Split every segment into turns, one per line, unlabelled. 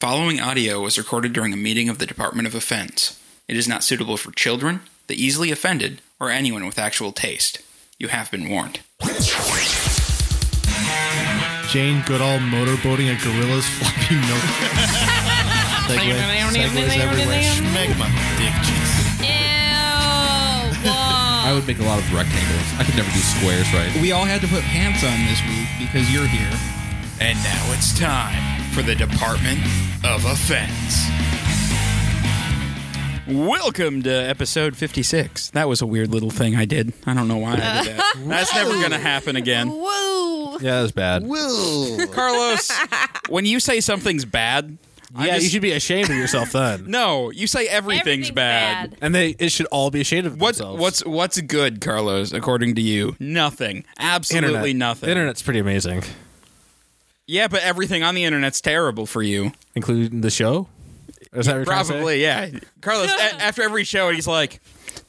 Following audio was recorded during a meeting of the Department of Offense. It is not suitable for children, the easily offended, or anyone with actual taste. You have been warned.
Jane Goodall motorboating a gorilla's floppy milk. Segway, segways everywhere.
Schmegma. Dick cheese.
Ew. Whoa.
I would make a lot of rectangles. I could never do squares, right?
We all had to put pants on this week because you're here.
And now it's time for the Department of Offense. Welcome to episode 56. That was a weird little thing I did. I don't know why I did that. That's never going to happen again.
Whoa.
Yeah, that's bad.
Carlos, when you say something's bad, I
Yeah, you
just-
should be ashamed of yourself then.
No, you say everything's,
Everything's
bad.
And they it should all be ashamed of
What's
themselves.
what's what's good, Carlos? According to you, nothing. Absolutely
internet?
nothing.
The internet's pretty amazing,
Yeah, but everything on the internet's terrible for you.
including the show. Is that what you're trying to say?
Probably, yeah. Carlos, a- after every show, he's like,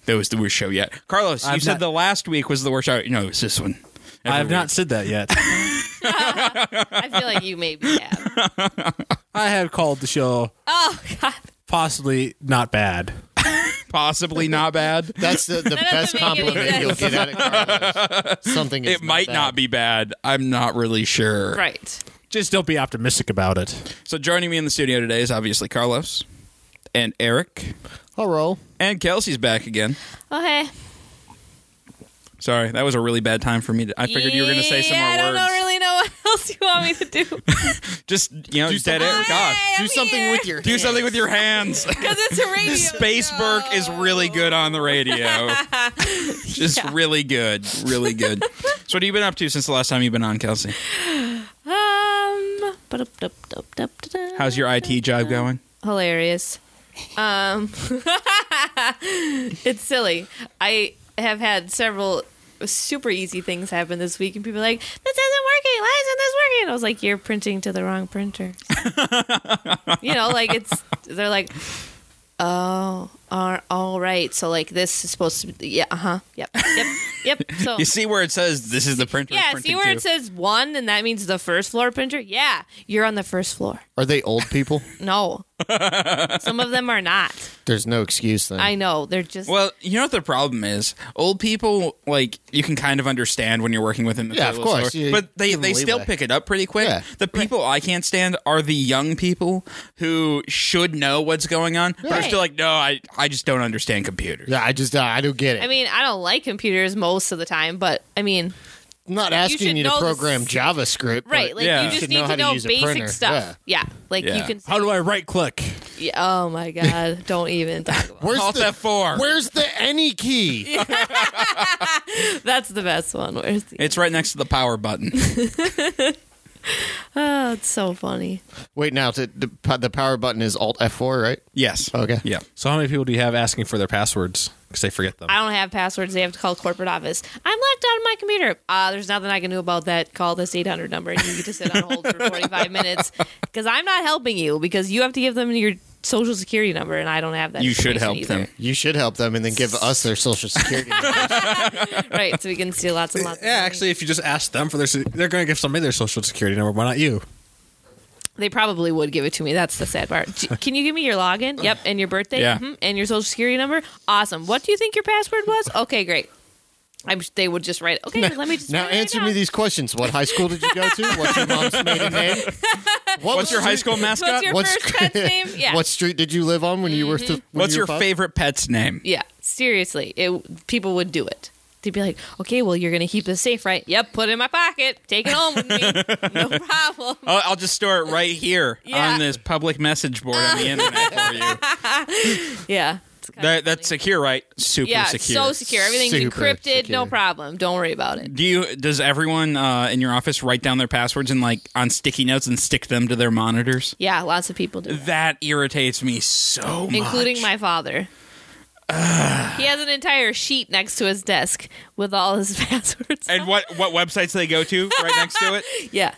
"That was the worst show yet." Carlos, you
I've
said
not-
the last week was the worst show. No, it was this one.
I have
Every
not said that yet.
I feel like you maybe have.
I have called the show
Oh God.
possibly not bad.
week. possibly not bad.
That's the, the best
doesn't make any
compliment you'll get out of Carlos. Something is
It might
bad.
not be bad. I'm not really sure.
Right.
Just don't be optimistic about it.
So joining me in the studio today is obviously Carlos and Eric
Hello.
and Kelsey's back again.
Oh hey.
Sorry, that was a really bad time for me. To, I figured you were going to say some more
yeah, I don't
words.
know, really know what else you want me to do.
Just you know, dead air. Gosh,
Hey,
Do
I'm
something
here.
with your
do something with your hands.
Because it's a radio.
Space
show.
Burke is really good on the radio. Just really good, really good. so, what have you been up to since the last time you've been on, Kelsey?
Um. ba-dup-dup-dup-dup-da-da.
How's your IT
Uh,
job going?
hilarious. Um, it's silly. I have had several super easy things happen this week, and people are like, "This isn't working. Why isn't this working?" And I was like, "You're printing to the wrong printer." you know, like it's they're like. Oh, are all right. So like this is supposed to be yeah, uh-huh. Yep. Yep. Yep. So
You see where it says this is the printer.
oh. yeah,
printing
see where
to.
it says 1 and that means the first floor printer? Yeah, you're on the first floor.
Are they old people?
No. Some of them are not.
There's no excuse then.
I know. They're just
Well, you know what the problem is? Old people, like, you can kind of understand when you're working with them. at the
Yeah, of
little
course.
store,
You
but they,
give 'em
they still
leeway.
pick it up pretty quick.
Yeah.
The people I can't stand are the young people who should know what's going on, but are
Right.
still like, no, I, I just don't understand computers.
yeah, I just uh, I don't get it.
I mean, I don't like computers most of the time, but I mean,
I'm
you
not
should
asking you, to
know the
program
s-
JavaScript. but
right? Like
yeah.
you
You
just
should
need
know
to
how to
know
use a
basic
printer.
stuff. Yeah. Like you
Yeah.
can.
How do I right click?
yeah, oh my god! Don't even talk about.
where's
Alt
the
F4.
where's the any key?
it. That's the best one. Where's the?
It's right next to the power button.
oh, it's so funny.
Wait, now to, the p- the power button is Alt F4, right?
Yes.
Okay.
Yeah.
So how many people do you have asking for their passwords because they forget them?
I don't have passwords. They have to call corporate office. I'm locked out of my computer. Uh, there's nothing I can do about that. Call this 800 number and you get to sit on hold for 45 minutes because I'm not helping you because you have to give them your social security number and I don't have that.
You should help
information
them.
either.
You should help them and then give us their social security. number.
right? So we can steal lots and lots.
Yeah,
of money.
actually, if you just ask them for their, se- they're going to give somebody their social security number. Why not you?
They probably would give it to me. That's the sad part. G- Can you give me your login? Yep, and your birthday.
Yeah.
Mhm. And your social security number. Awesome. What do you think your password was? Okay, great. I'm. sh- They would just write. Okay, let me just
now
write it
answer
down.
me these questions. What high school did you go to? What's your mom's maiden name? What
What's
was
your high school mascot?
What's your first pet's name? Yeah. Mm-hmm.
What street did you live on when you were? Th- when
What's
you were
your
five?
favorite pet's name?
yeah. Seriously, it. People would do it. They'd be like, okay, well, you're gonna keep this safe, right? Yep. Put it in my pocket. Take it home with me. No problem.
Oh, I'll just store it right here
Yeah.
on this public message board on the internet for you.
Yeah. It's kinda
That, that's secure, right? Super
yeah, it's
secure.
so secure. Everything's
Super
encrypted. No
secure.
problem. Don't worry about it.
Do you? Does everyone uh, in your office write down their passwords and like on sticky notes and stick them to their monitors?
Yeah, lots of people do. that.
That irritates me so much.
including my father. he has an entire sheet next to his desk with all his passwords.
And what what websites they go to right next to it?
yeah,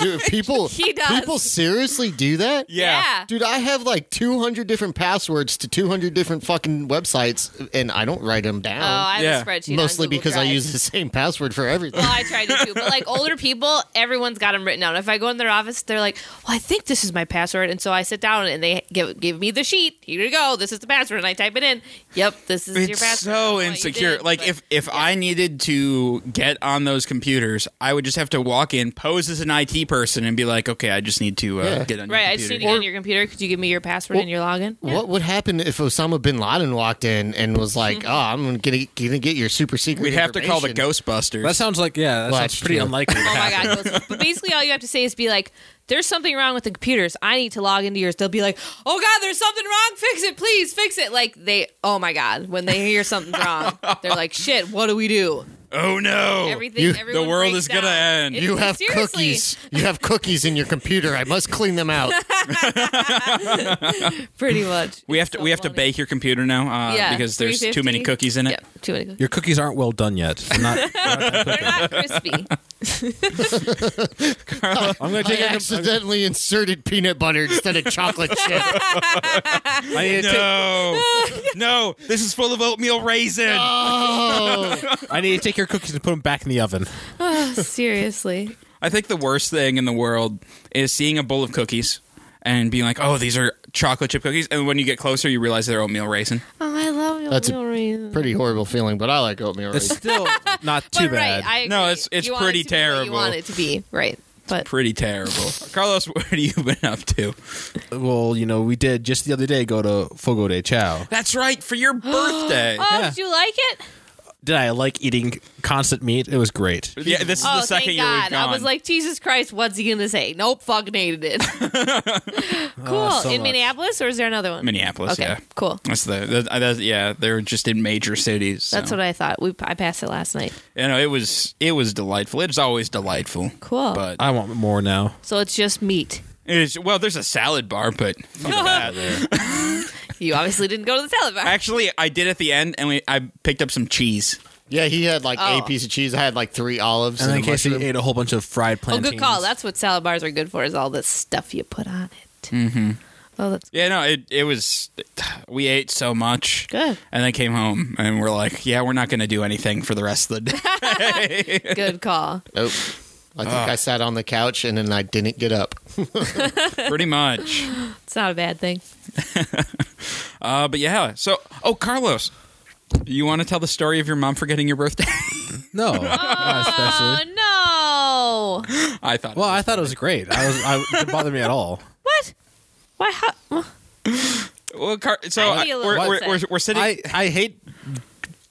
Dude, if people
He does.
people seriously do that?
Yeah.
Dude, I have like 200 different passwords to 200 different fucking websites, and I don't write them down.
Oh, I have
Yeah.
a spreadsheet. on
Mostly
Google
because I
Drive.
use the same password for everything.
Well, I tried to too, but like older people, everyone's got them written down. If I go in their office, they're like, "Well, I think this is my password," and so I sit down and they give give me the sheet. Here you go. This is the password, and I type it in. Yep, this is your
It's
password. I don't
so
know what you
insecure.
did,
like
but-
if if I needed to get on those computers, I would just have to walk in, pose as an IT person, and be like, "Okay, I just need to uh,
Yeah.
get on." your
right, I
computer.
just need to get on your computer. Could you give me your password and your login? Yeah.
What would happen if Osama bin Laden walked in and was like, "Oh, I'm gonna gonna get your super secret"?
We'd have to call the
information."
Ghostbusters.
That sounds like yeah. That sounds
Well, that's
pretty
true.
unlikely.
Oh my god! those- but basically, all you have to say is be like, "There's something wrong with the computers. I need to log into yours." They'll be like, "Oh god, there's something wrong. Fix it, please. Fix it." Like they, oh my god, when they hear something's wrong, they're like, "Shit, what do we do?"
oh no!
Everything.
You-
everyone
the world
breaks
is gonna
down.
end.
It's-
You have
seriously.
cookies. You have cookies in your computer. I must clean them out.
Pretty much.
we have to we have to bake your computer now uh,
Yeah,
because there's too
350.
many cookies in it.
Yep, too many cookies.
Your cookies aren't well done yet. I'm not.
They're not crispy.
I'm gonna
I
take. a-
Oh,
accidentally inserted peanut butter instead of chocolate chip.
I need, to take,
No, no, this is full of oatmeal raisin.
Oh,
I need to take your cookies and put them back in the oven.
Oh, Seriously.
I think the worst thing in the world is seeing a bowl of cookies and being like, "Oh, these are chocolate chip cookies," and when you get closer, you realize they're oatmeal raisin.
Oh, I love your
That's a
meal reason.
pretty horrible feeling, but I like oatmeal.
It's
raisin.
still not too
but
bad.
Right, I
No,
agree.
it's- it's
You want it
pretty
to be what You
terrible.
want it to be right, but
Pretty terrible. Carlos, what have you been up to?
well, you know, we did just the other day go to Fogo de Chao.
That's right, for your birthday.
oh,
yeah.
did you like it?
Did I like eating constant meat? It was great.
yeah, this is
Oh,
the second
thank
year
God.
we've gone.
I was like, Jesus Christ, what's he gonna say? Nope, fucking hated it. cool.
Oh, so
In
much.
Minneapolis, or is there another one?
Minneapolis.
Okay,
Yeah,
cool.
That's the, that- uh, that's- yeah. They're just in major cities.
That's what I thought. We I passed it last night.
You know, it was it was delightful. It is always delightful.
Cool.
But
I want more now.
So it's just meat.
it's, well, there's a salad bar, but
You obviously didn't go to the salad bar.
actually, I did at the end, and we, I picked up some cheese.
yeah, he had like
Oh.
a piece of cheese. I had like three olives
And
and,
then
a
Casey
mushroom.
ate a whole bunch of fried
Oh,
plantains.
good call. That's what salad bars are good for is all the stuff you put on it. Mm-hmm. Oh, that's
Yeah, no, it it was. We ate so much,
Good.
and then came home, and we're like, yeah, we're not going to do anything for the rest of the day.
good call.
Nope. I think
Ah.
I sat on the couch and then I didn't get up.
Pretty much.
It's not a bad thing.
Uh, but yeah, so oh, Carlos, you want to tell the story of your mom forgetting your birthday?
no, not especially.
Oh no!
I thought.
Well, I thought it was great. I was, I, it didn't bother me at all.
What? Why? How?
Well, Car- so
I'd be a
I-
little
we're, we're,
upset.
we're, we're sitting.
I, I hate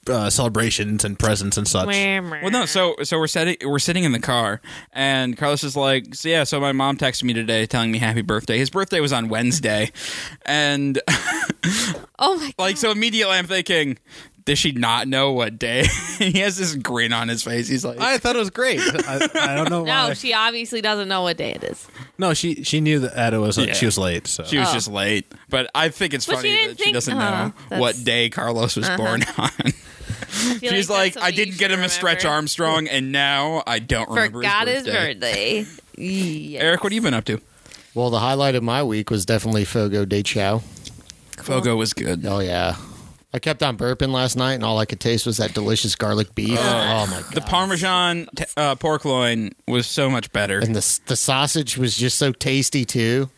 uh, celebrations and presents and such.
well, no, so so we're sitting we're sitting in the car, and Carlos is like, so yeah. So my mom texted me today telling me happy birthday. His birthday was on Wednesday, and
oh my!
like so immediately I'm thinking, does she not know what day? and he has this grin on his face. He's like,
I thought it was great. I, I don't know why.
No, she obviously doesn't know what day it is.
no, she she knew that it was.
Yeah.
She was late. So
she was
Oh.
just late. But I think it's
But she
funny
didn't
that she
think-
doesn't
oh,
know
that's-
what day Carlos was born on.
I feel
She's
that's
like, I
something you
didn't get
should
him a stretch
remember.
Armstrong, and now I don't remember
Forgot
his
his
birthday.
birthday. yeah.
Eric, what have you been up to?
Well, the highlight of my week was definitely Fogo de Chao.
Fogo was good.
Oh yeah. I kept on burping last night, and all I could taste was that delicious garlic beef. oh my god!
Ah. The Parmesan t- uh, pork loin was so much better.
And the the sausage was just so tasty too.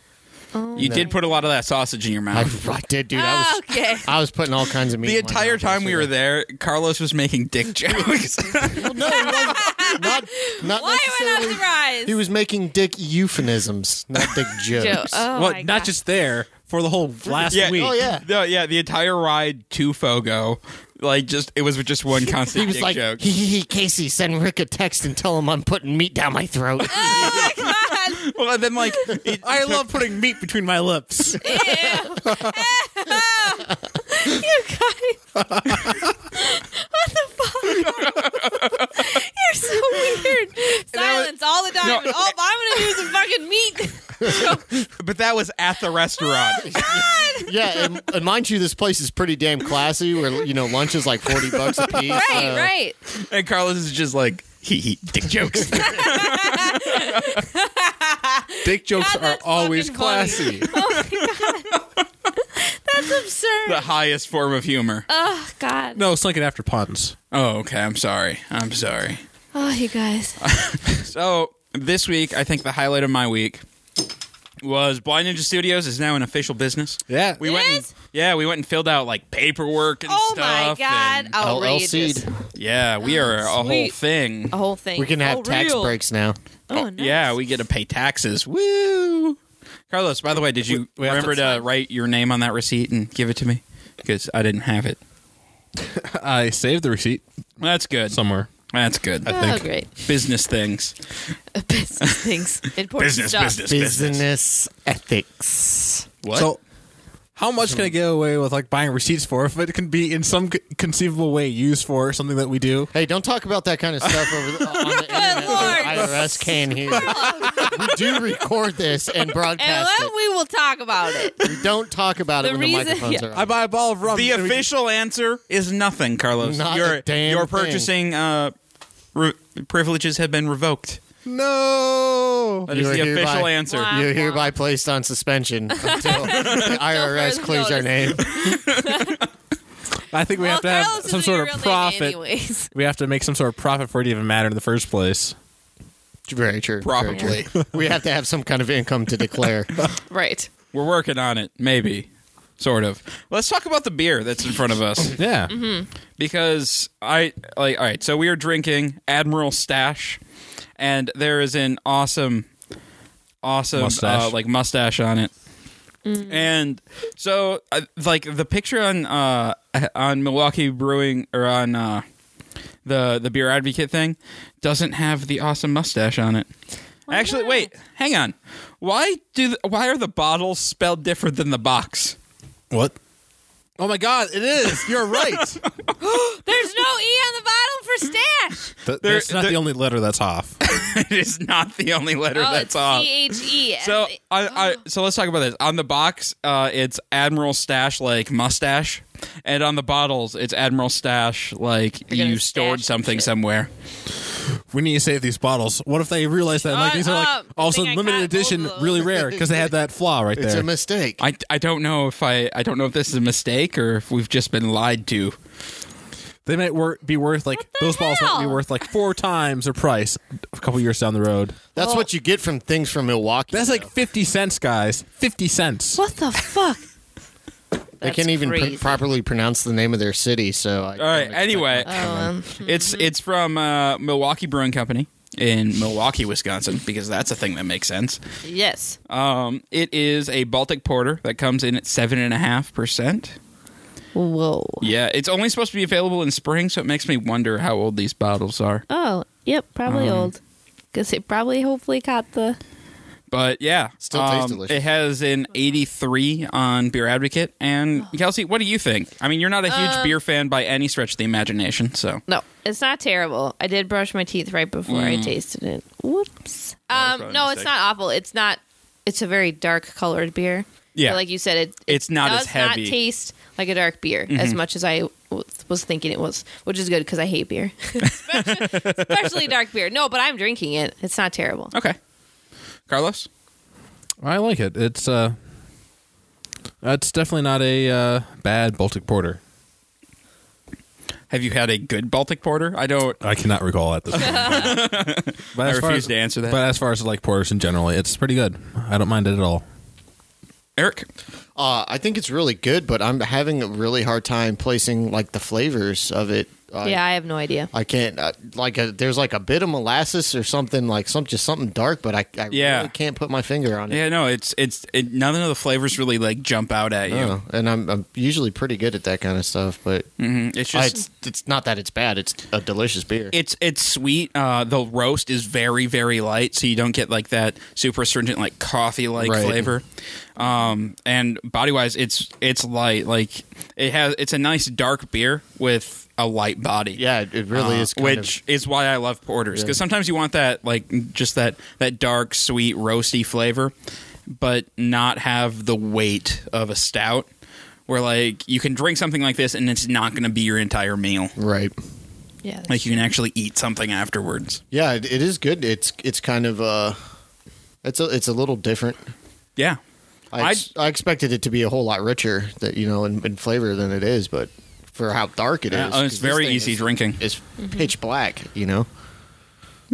You did put a lot of that sausage in your
I,
mouth.
I did, dude. I
Oh,
was
okay.
I was putting all kinds of meat.
Ah. The
in my
entire
mouth
time we were
yesterday.
there, Carlos was making dick jokes.
no, he wasn't. not
Why
not
am I not
necessarily.
surprised?
He was making dick euphemisms, not dick
Joe.
jokes.
Oh
well,
my
not
God.
just there for the whole last
yeah.
week.
Oh, yeah.
No, yeah, the entire ride to Fogo, like just it was just one constant
He was
dick
like,
joke.
"Hee hee hee, Casey, send Rick a text and tell him I'm putting meat down my throat."
Oh my God.
well, and then like it,
I love putting meat between my lips.
you guys. what the fuck? You're so weird. Silence all the time.
No.
Oh, I'm gonna do some fucking meat.
but that was at the restaurant.
yeah, and, and mind you, this place is pretty damn classy. Where you know lunch is like forty bucks a piece.
Right,
Uh,
so-
right.
and Carlos is just like he he dick jokes.
Dick jokes
God,
are
that's
always
fucking funny.
classy.
That's absurd.
the highest form of humor.
oh God.
No, it's like it after puns.
Oh, okay. I'm sorry. I'm sorry.
Oh, you guys.
So this week, I think the highlight of my week was Blind Ninja Studios is now an official business.
Yeah.
We went. And,
Yes?
yeah, we went and filled out like paperwork and
Oh my
stuff.
God.
and-
Uh,
Outrageous.
LLC'd.
yeah, we are a whole
Sweet.
thing.
A whole thing.
We can have
Oh,
tax
real.
breaks now.
Oh, nice.
Yeah, we get to pay taxes. Woo! Carlos, by the way, did you
we have
remember
to-
to write your name on that receipt and give it to me? Because I didn't have it.
I saved the receipt
That's good.
somewhere.
That's good.
Oh, great.
business things.
business things. Important
Business,
stuff.
business, business.
Business ethics.
What?
So, how much can I get away with like buying receipts for if it can be in some c- conceivable way used for something that we do?
Hey, don't talk about that kind of stuff over the, on the internet.
Lord.
where the IRS can hear. we do record this and
And
broadcast
Oh, then we will talk about it.
it. We don't talk about it
The
when
reason-
the microphones
yeah.
are
I
on.
buy a ball of rum.
the
and we-
official answer is nothing, Carlos.
um, Not
your
a damn
your
thing.
purchasing uh, re- privileges have been revoked.
no.
That
You
is
are
the
hereby-
official answer.
Wow.
You're hereby placed on suspension until the IRS
further
clears our name.
I think we
well,
have to have
Carlos
some
isn't
sort
your real
of
name
profit.
anyways.
We have to make some sort of profit for it to even matter in the first place.
Very true. very
Probably.
true. We have to have some kind of income to declare.
Right.
We're working on it, maybe. Sort of. Let's talk about the beer that's in front of us.
Yeah.
Mm-hmm.
because I like all right. So we are drinking Admiral Stash, and there is an awesome, awesome
Mustache.
Uh, like mustache on it.
Mm.
And so, uh, like the picture on uh, on Milwaukee Brewing or on uh, the the beer advocate thing doesn't have the awesome mustache on it. Actually,
not?
wait, hang on. Why do the, why are the bottles spelled different than the box?
What? Oh my God! It is. You're right.
There's no E on the bottom for stash.
Th-
There-
that's not
there-
the only letter that's off.
it is not the only letter
oh,
that's off.
C H E.
So I, I so let's talk about this. On the box, uh, it's Admiral Stash like mustache, and on the bottles, it's Admiral Stash like
gonna
you stored
stash
something
shit.
somewhere.
We need to save these bottles. What if they realize that like
Shut
these are like
up.
all of a
Good
sudden
thing I
limited
caught both
edition,
of those.
really rare because they had that flaw right
It's
there.
a mistake.
I, I don't know if I I don't know if this is a mistake or if we've just been lied to.
they might wor- be worth like
the
those bottles might be
hell?
worth like four times their price a couple years down the road.
That's what you get from things from Milwaukee.
That's like fifty cents, guys. Fifty cents.
what the fuck?
they can't even pr- properly pronounce the name of their city. So I
All right. Anyway,
Um, hmm.
it's it's from uh, Milwaukee Brewing Company in Milwaukee, Wisconsin, because that's a thing that makes sense.
yes.
Um, it is a Baltic Porter that comes in at seven and a half percent.
Whoa.
Yeah, it's only supposed to be available in spring, so it makes me wonder how old these bottles are.
Oh, yep. Probably old. Because it probably, hopefully, caught the.
But yeah, um,
Still tastes delicious.
It has an 83 on Beer Advocate. And
Oh.
Kelsey, what do you think? I mean, you're not a huge
Um,
beer fan by any stretch of the imagination, so
No, it's not terrible. I did brush my teeth right before
Mm.
I tasted it.
was
Whoops. Um,
probably a
no, it's
mistake.
not awful. It's not. It's a very dark colored beer.
Yeah.
But like you said, it, it
it's not
does
as heavy. Mm-hmm.
not taste like a dark beer as much as I w- was thinking it was, which is good because I hate beer, especially, especially dark beer. No, but I'm drinking it. It's not terrible.
okay, Carlos.
I like it. It's uh, it's definitely not a uh, bad Baltic Porter.
Have you had a good Baltic Porter? I don't.
I cannot recall at this point. but
I
as far
refuse
as-
to answer that.
But as far as like porters in general, it's pretty good. I don't mind it at all.
Eric,
Uh, I think it's really good, but I'm having a really hard time placing like the flavors of it. I,
yeah, I have no idea.
I can't uh, like a, there's like a bit of molasses or something like some just something dark, but I, I
Yeah.
really can't put my finger on it.
yeah, no, it's it's it, none of the flavors really like jump out at you.
Oh, and I'm, I'm usually pretty good at that kind of stuff, but
Mhm. It's
I-
just
it's, it's not that it's bad. It's a delicious beer.
it's it's sweet. Uh, the roast is very very light, so you don't get like that super astringent like coffee like
Right.
flavor. Um, and body wise, it's it's light. Like it has it's a nice dark beer with a light body.
yeah, it, it really
Uh,
is. Kind
which is why I love porters because sometimes you want that like just that that dark sweet roasty flavor, but not have the weight of a stout. Where like you can drink something like this and it's not going to be your entire meal.
of, right.
Yeah.
Like you can actually eat something afterwards.
Yeah, it, it is good. It's it's kind of uh, It's a it's a little different.
Yeah.
I ex- I expected it to be a whole lot richer that you know in, in flavor than it is, but for how dark it is,
Yeah, and it's
'cause this
very
thing
easy
is-
drinking.
It's pitch black, you know.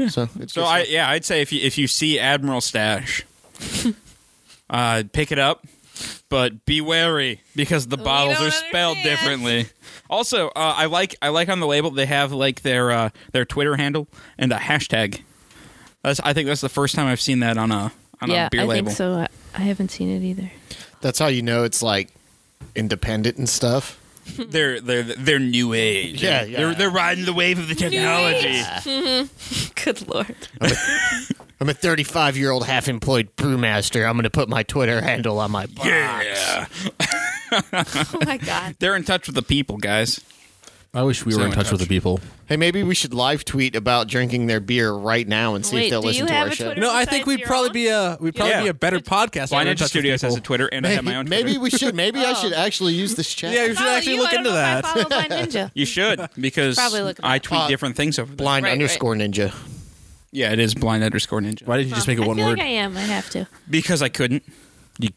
So it's
So
good
I
stuff.
yeah, I'd say if you if you see Admiral Stash, uh, pick it up, but be wary because the bottles
don't
are spelled
understand.
differently. Also, uh, I like I like on the label they have like their uh, their Twitter handle and a hashtag. That's I think that's the first time I've seen that on a on
yeah,
a beer
I
label.
think so. I, I haven't seen it either.
that's how you know it's like independent and stuff.
They're they're they're new age.
Yeah, yeah.
They're they're riding the wave of the technology.
Good lord.
I'm a 35 year old half employed brewmaster. I'm going to put my Twitter handle on my box.
Yeah.
Oh my god.
They're in touch with the people, guys.
I wish we
So
were in
in
touch, with the
touch.
people.
Hey, maybe we should live tweet about drinking their beer right now and see
Wait,
if they'll
do
listen
you
to
have
our
a
show.
Twitter?
No, I think we'd
Besides
probably
your
be a we'd probably
Yeah.
be a better podcast.
Why
if we were in
not
touch with
Studios has
people.
a Twitter and I have my own. Twitter.
Maybe we should. Maybe
Oh.
I should actually use this chat.
Yeah, you should
Follow
actually
Oh, you,
look
I
into
don't know if I
that.
follow Blind Ninja.
You should because
Probably look it
I
up.
tweet
Uh,
different things over there.
blind
Right, right.
underscore ninja.
Yeah, it is blind underscore ninja.
Why didn't you just make it
I
one
feel
word?
like I am. I have to.
Because I couldn't.
you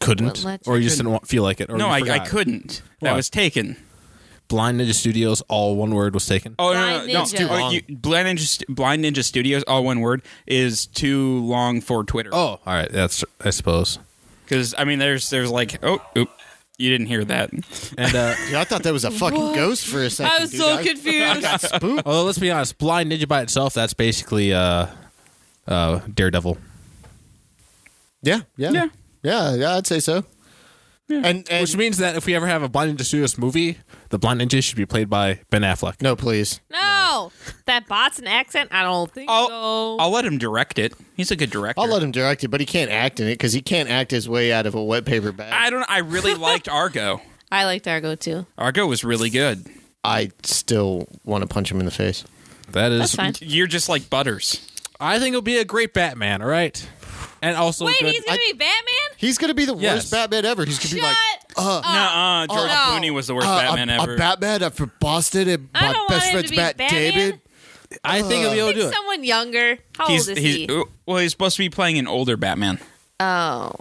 Wouldn't
couldn't,
let
or
you.
you just didn't want, feel like it. Or
No,
you
I, I
forgot.
couldn't. That
Why?
was taken.
Blind Ninja Studios, all one word was taken.
Oh no, no,
Blind
no, no!
Ninja. Too
Oh,
long.
you- blind ninja, Stu- blind ninja studios, all one word, is too long for Twitter.
Oh, all right. That's I suppose.
because I mean, there's there's like oh, oop, you didn't hear that.
And uh,
Dude, I thought that was a fucking ghost for a second.
I was
dude.
so confused.
got spooked.
although let's be honest, Blind Ninja by itself, that's basically uh, uh, Daredevil.
Yeah, yeah,
Yeah.
yeah, yeah, I'd say so. And, and
Which means that if we ever have a Blind Ninja Studios movie, the Blind Ninja should be played by Ben Affleck.
no, please.
No, that bot's an accent. I don't think
I'll
so.
I'll let him direct it. He's a good director.
I'll let him direct it, but he can't act in it because he can't act his way out of a wet paper bag.
I don't. I really liked Argo.
I liked Argo too.
Argo was really good.
I still want to punch him in the face.
That is,
That's fine.
You're just like Butters.
I think it'll be a great Batman. All right, and also
Wait,
good-
he's gonna be Batman?
He's gonna be the
Yes.
worst Batman ever. He's gonna
Shut
be like
up.
Nuh-uh, George
Oh, no.
Clooney was the worst
uh,
Batman
I'm,
ever.
I'm Batman. I'm from Boston, and
I
my
don't want
best
him to
friend's
be
Matt
Batman.
David.
I think he'll be able to do
Pick
it.
someone younger. How
he's,
old is
he's uh,
he?
well, he's supposed to be playing an older Batman
Oh,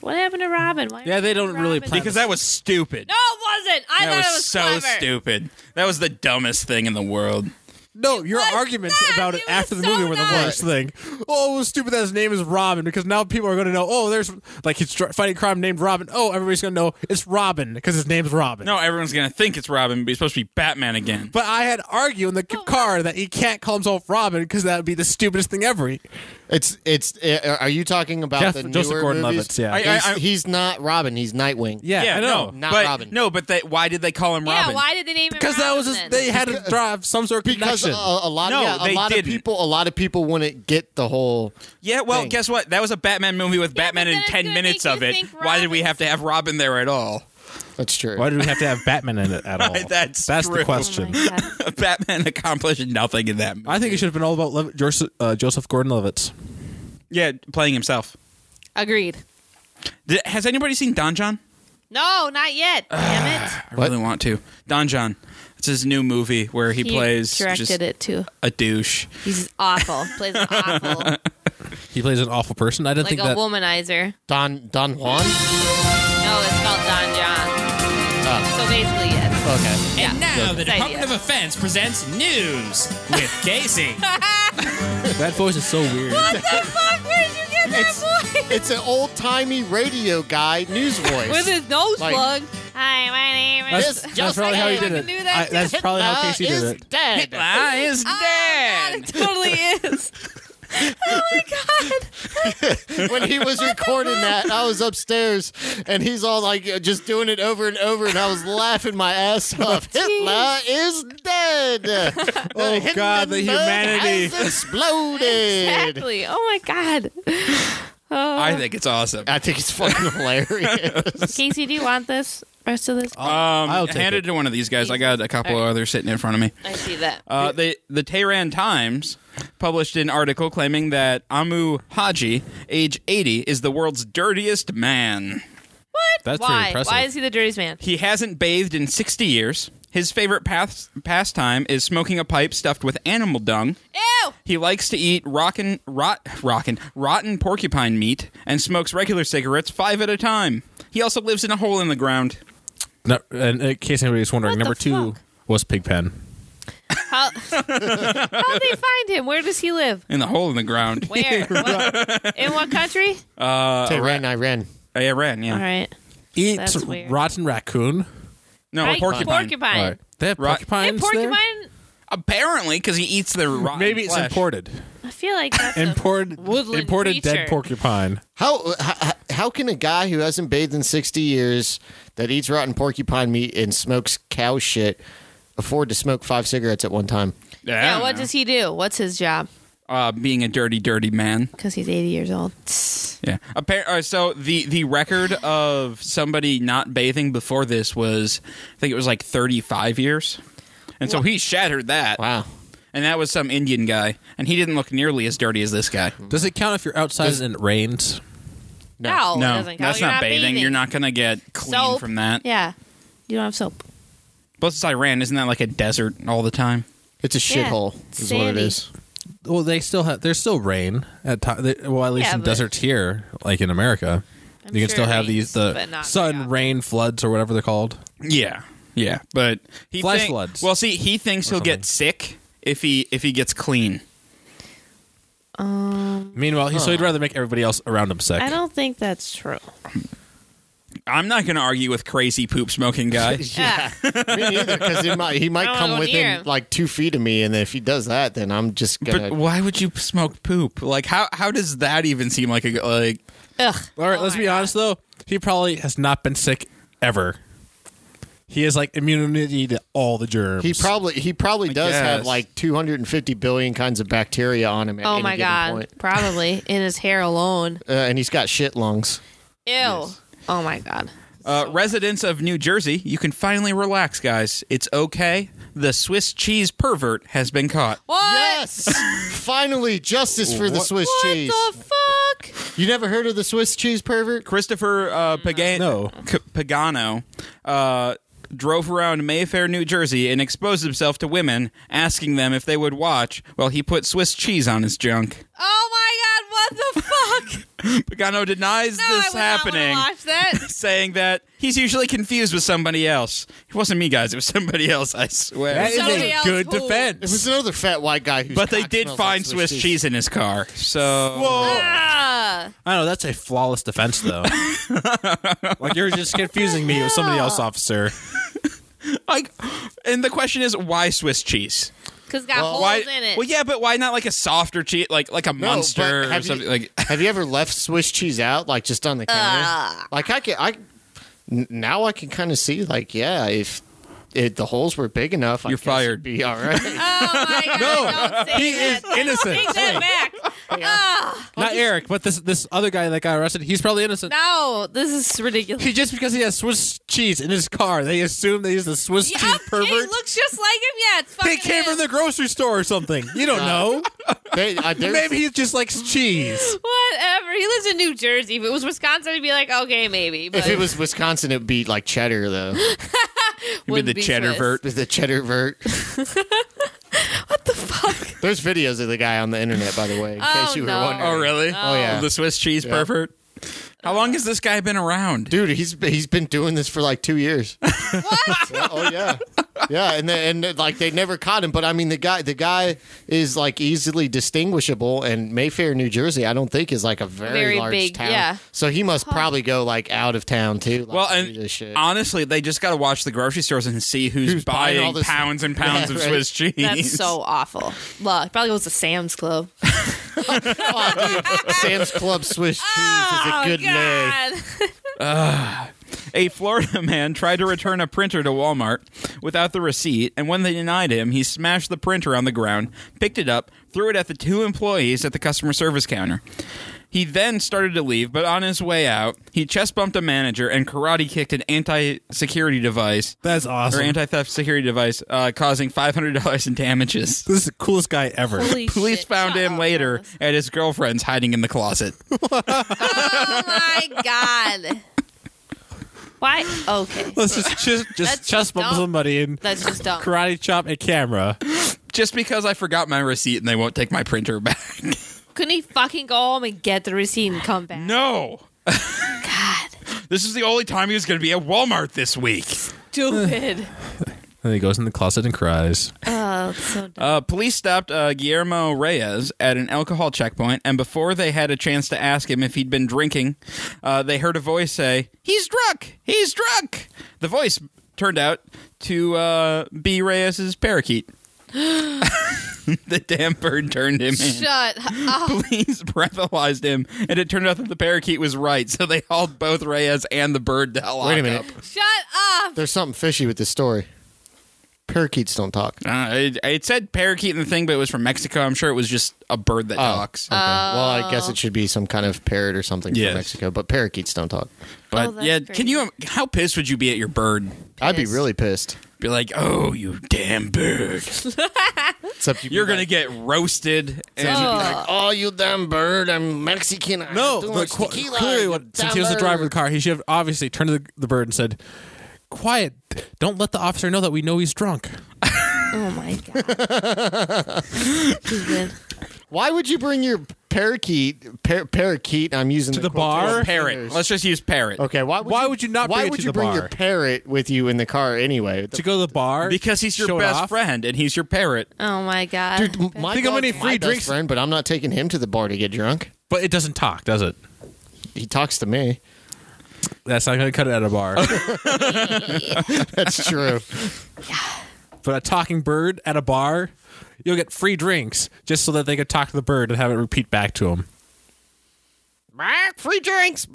what happened to Robin? Why
Yeah, they don't really
Robin?
plan-
because that was stupid.
No, it wasn't. I
that
thought
was,
it was
so
clever.
stupid. That was the dumbest thing in the world.
No, your
was
arguments
not.
about it,
It was
after the
so
movie were the
not.
worst thing. Oh, it was stupid that his name is Robin because now people are going to know. Oh, there's like he's tr- fighting crime named Robin. Oh, everybody's going to know it's Robin because his name's Robin.
No, everyone's gonna think it's Robin, but he's supposed to be Batman again.
But I had argued in the c- car that he can't call himself Robin because that would be the stupidest thing ever. He-
It's it's. Uh, are you talking about
Jeff-
the newer
Joseph Gordon-Levitt,
movies?
yeah. I- I-
he's,
I-
he's not Robin. He's Nightwing.
yeah, I know.
no,
Not
but,
Robin.
No, but they, why did they call him
Yeah,
Robin?
why did they name him?
Because that was his,
Robin
they
then?
had to drive some sort of
Because a,
connection.
a lot,
No,
yeah, a
they
lot of
didn't.
people, a lot of people wouldn't get the whole.
yeah, well,
Thing.
guess what? That was a Batman movie with
Yeah,
Batman
but
in
then it's
ten
gonna
minutes
make
of
you
it.
think
Why did we
Robin's-
have to have Robin there at all?
That's true.
Why do we have to have Batman in it at all?
That's true.
the
Oh my
question.
God.
Batman accomplished nothing in that. Movie.
I think it should have been all about Lev- Joseph, uh, Joseph Gordon-Levitt.
yeah, playing himself.
Agreed.
Did, has anybody seen Don John?
No, not yet. Damn it.
I really want to. Don John. It's his new movie where he, plays
directed
just
it too.
a douche.
He's awful. Plays an awful,
He plays an awful person. I didn't
like
think
a
that.
womanizer.
Don Don Juan.
No, it's called Don John.
Ah.
So basically, yes.
Okay.
Yeah.
Now, the
Good idea.
Department of Offense presents news with Casey.
That voice is so weird.
the fuck? Where did you get that voice?
It's an old timey radio guy news voice.
With his nose
Like-
plugged. Hi, my name
That's,
is.
Just-
that's probably how he did
fucking
it.
do that
I- that's probably how
Uh,
Casey
is
did it.
dead.
Ah, is
Oh, God, it totally is. Oh my god!
when he was recording that, I was upstairs and he's all like uh, just doing it over and over, and I was laughing my ass off. Hitler is dead. The
Oh God, the
Hindenburg
humanity.
has exploded.
Exactly. Oh my god.
I think it's awesome.
I think it's fucking hilarious.
Casey, do you want this rest of this?
Um,
I'll take
handed it. to one of these guys. I got a couple
All right.
others sitting in front of me.
I see that.
Uh, they, the Tehran Times published an article claiming that Amu Haji, age 80, is the world's dirtiest man.
what?
That's pretty
Why?
impressive.
Why is he the dirtiest man?
He hasn't bathed in 60 years. His favorite path- pastime is smoking a pipe stuffed with animal dung.
Ew!
He likes to eat rockin' rot rockin' rotten porcupine meat and smokes regular cigarettes five at a time. He also lives in a hole in the ground.
No, and in case anybody was wondering,
What the
number two
fuck?
was Pigpen.
How how'd they find him? Where does he live?
In the hole in the ground.
Where? What- in what country? Uh,
Tehran, Iran.
Iran, Oh, yeah.
All right.
Eats
That's weird.
rotten raccoon.
No,
right,
porcupine.
Porcupine.
Right. They have
Right.
Hey,
porcupines there?
porcupine.
Apparently, because he eats their rotten
Maybe it's
flesh.
imported.
I feel like that's a
Imported
woodland
imported
creature.
dead porcupine.
How, how how can a guy who hasn't bathed in 60 years that eats rotten porcupine meat and smokes cow shit afford to smoke five cigarettes at one time?
Yeah, I
Yeah,
don't
what
know.
does he do? What's his job?
uh, being a dirty, dirty man.
Because he's 80 years old.
Yeah. Appar- uh, so the the record of somebody not bathing before this was, I think it was like 35 years, and so he shattered that.
Wow.
And that was some Indian guy, and he didn't look nearly as dirty as this guy.
Does it count if you're outside and it rains?
No, Oh, it
no,
doesn't count.
that's
You're
not bathing. You're not gonna get clean
Soap.
from that.
Yeah. You don't have soap.
Plus, it's Iran. Isn't that like a desert all the time?
It's a
Yeah.
shithole, is what it
Sandy.
is.
Well, they still have. There's still rain at to- they, well, at least
Yeah,
in
but-
deserts here, like in America,
I'm
you can
sure
still
it
have
rains,
these the
but not
sun,
very often.
rain, floods, or whatever they're called.
Yeah, yeah. But he
Flash
think-
floods.
Well, see, he thinks he'll get sick if he if he gets clean.
Meanwhile, he, so he'd rather make everybody else around him sick.
Um, I don't think that's true.
I'm not gonna argue with crazy poop smoking guy.
Yeah.
Me neither, because he might, he might
I don't
come
wanna go near
within
him.
like two feet of me, and if he does that, then I'm just gonna.
But why would you smoke poop? Like how how does that even seem like a like?
Ugh.
All right,
Oh
let's
my
be
God.
honest though.
He probably has not been sick ever.
He has like immunity to all the germs.
he probably he probably does have
guess.
like 250 billion kinds of bacteria on him. At
Oh
any
my
given
god.
point.
Probably in his hair alone.
Uh, and he's got shit lungs.
Ew. Oh my god.
Uh, residents of New Jersey, you can finally relax, guys. It's okay. The Swiss cheese pervert has been caught.
What?
Yes, finally justice for the Swiss
What
cheese.
the fuck?
you never heard of the Swiss cheese pervert?
Christopher uh, Pagan-
No.
C- Pagano uh, drove around Mayfair, New Jersey, and exposed himself to women, asking them if they would watch while he put Swiss cheese on his junk.
Oh my god. What the fuck?
Pagano denies
No,
this
I would
happening,
not want to watch that.
saying that he's usually confused with somebody else. It wasn't me, guys. It was somebody else. I swear.
That is
Somebody
a
else
good
who-
It
defense.
was another fat white guy who.
but they did find Swiss, cheese. in his car. So
Ah.
I don't know. That's a flawless defense, though. like you're just confusing me with somebody else, officer.
like, and the question is, why Swiss cheese?
Cause got holes
Why?
in it.
Well, yeah, but why not like a softer cheese, like like a
but
monster or
have you-
something? like,
Have you ever left Swiss cheese out, like just on the counter?
Ah.
like I can, I n- now I can kind of see, like, yeah, if it, the holes were big enough,
You're
I guess
fired.
it'd Be all right.
Oh my god. No. Don't say
He
that.
is innocent.
Take that back. Ah.
Not Eric, but this this other guy that got arrested. He's probably innocent.
No, this is ridiculous.
He just because he has Swiss cheese in his car, they assume that he's a Swiss
Yeah,
cheese
okay,
pervert.
looks just like him. Yeah, it's fucking
They came
him.
from the grocery store or something. You don't know.
they, I, there's-
Maybe he just likes cheese.
Whatever. He lives in New Jersey. If it was Wisconsin, I'd be like, okay, maybe. But
if it was Wisconsin, it'd be like cheddar, though.
with
wouldn't
the
be
cheddar
Swiss.
vert.
With the cheddar vert.
what the fuck?
There's videos of the guy on the internet, by the way, in case
Oh,
you were
no.
wondering.
Oh, really?
Oh yeah,
The Swiss cheese pervert. How long has this guy been around?
dude, he's he's been doing this for like two years.
What?
Yeah, oh yeah, yeah, and they, and like they never caught him. But I mean, the guy the guy is like easily distinguishable, and Mayfair, New Jersey, I don't think is like a very,
Very
large
big,
town.
yeah.
So he must probably go like out of town too. like,
Well,
to do
and
this shit.
honestly, they just got to watch the grocery stores and see who's,
Who's buying
buying,
all this-
pounds and pounds
Yeah,
of
right.
Swiss cheese.
That's so awful. Look, probably goes to Sam's Club.
Sam's Club Swiss cheese is a good name.
Oh, God.
A Florida man tried to return a printer to Walmart without the receipt, and when they denied him, he smashed the printer on the ground, picked it up, threw it at the two employees at the customer service counter. He then started to leave, but on his way out, he chest bumped a manager and karate kicked an anti security device
That's
or
awesome.
anti theft security device, uh, causing $500 in damages.
This is the coolest guy ever.
Holy
Police
shit.
found
Shut
him
up,
later
Alice.
at his girlfriend's hiding in the closet.
Oh my god. Why? Okay.
Let's just just, just
That's
chest bump
dumb.
somebody and
That's just dumb.
karate chop a camera.
Just because I forgot my receipt and they won't take my printer back.
Couldn't he fucking go home and get the receipt and come back?
No. God. This is the only time he was going to be at Walmart this week.
Stupid.
And he goes in the closet and cries.
oh, it's so dumb.
Uh, police stopped uh, Guillermo Reyes at an alcohol checkpoint, and before they had a chance to ask him if he'd been drinking, uh, they heard a voice say, "He's drunk! He's drunk!" The voice turned out to uh, be Reyes's parakeet. the damn bird turned him in.
Shut oh, up.
Police breathalyzed him, and it turned out that the parakeet was right, so they hauled both Reyes and the bird to lock
Wait a minute.
Shut up.
There's something fishy with this story. Parakeets don't talk.
Uh, it, it said parakeet in the thing, but it was from Mexico. I'm sure it was just a bird that talks.
Okay. well, I guess it should be some kind of parrot or something
Yes.
from Mexico, but parakeets don't talk.
But
Oh, that's
yeah,
crazy.
can you? How pissed would you be at your bird?
I'd be
Pissed.
really pissed.
Be like, oh, you damn bird!
Except you'd be
You're gonna
like,
get roasted. And
Oh.
Oh, you damn bird! I'm Mexican. I
No,
do
but
much
qu-
tequila,
clearly,
you
what,
damn
since he was the driver of
bird."
the car, he should have obviously turned to the, the bird and said,
Quiet. Don't let the officer know that we know he's drunk.
Oh my god. Stupid.
Why would you bring your parakeet? Par- parakeet. I'm using to
the bar?
parrot. Let's just use parrot
Oh. Okay. Why? Would
Why
you,
would you not
Why
bring it
would
to
you
the
bring
bar?
your parrot with you in the car anyway?
to go to the bar
because he's your
show it
best
off.
friend and he's your parrot.
Oh my god.
Dude, m- my
Think how
dog's
many
my
free
best
drinks-
friend, but I'm not taking him to the bar to get drunk.
But it doesn't talk, does it?
He talks to me.
That's not going to cut it at a bar.
That's true.
but a talking bird at a bar, you'll get free drinks just so that they could talk to the bird and have it repeat back to him.
free drinks.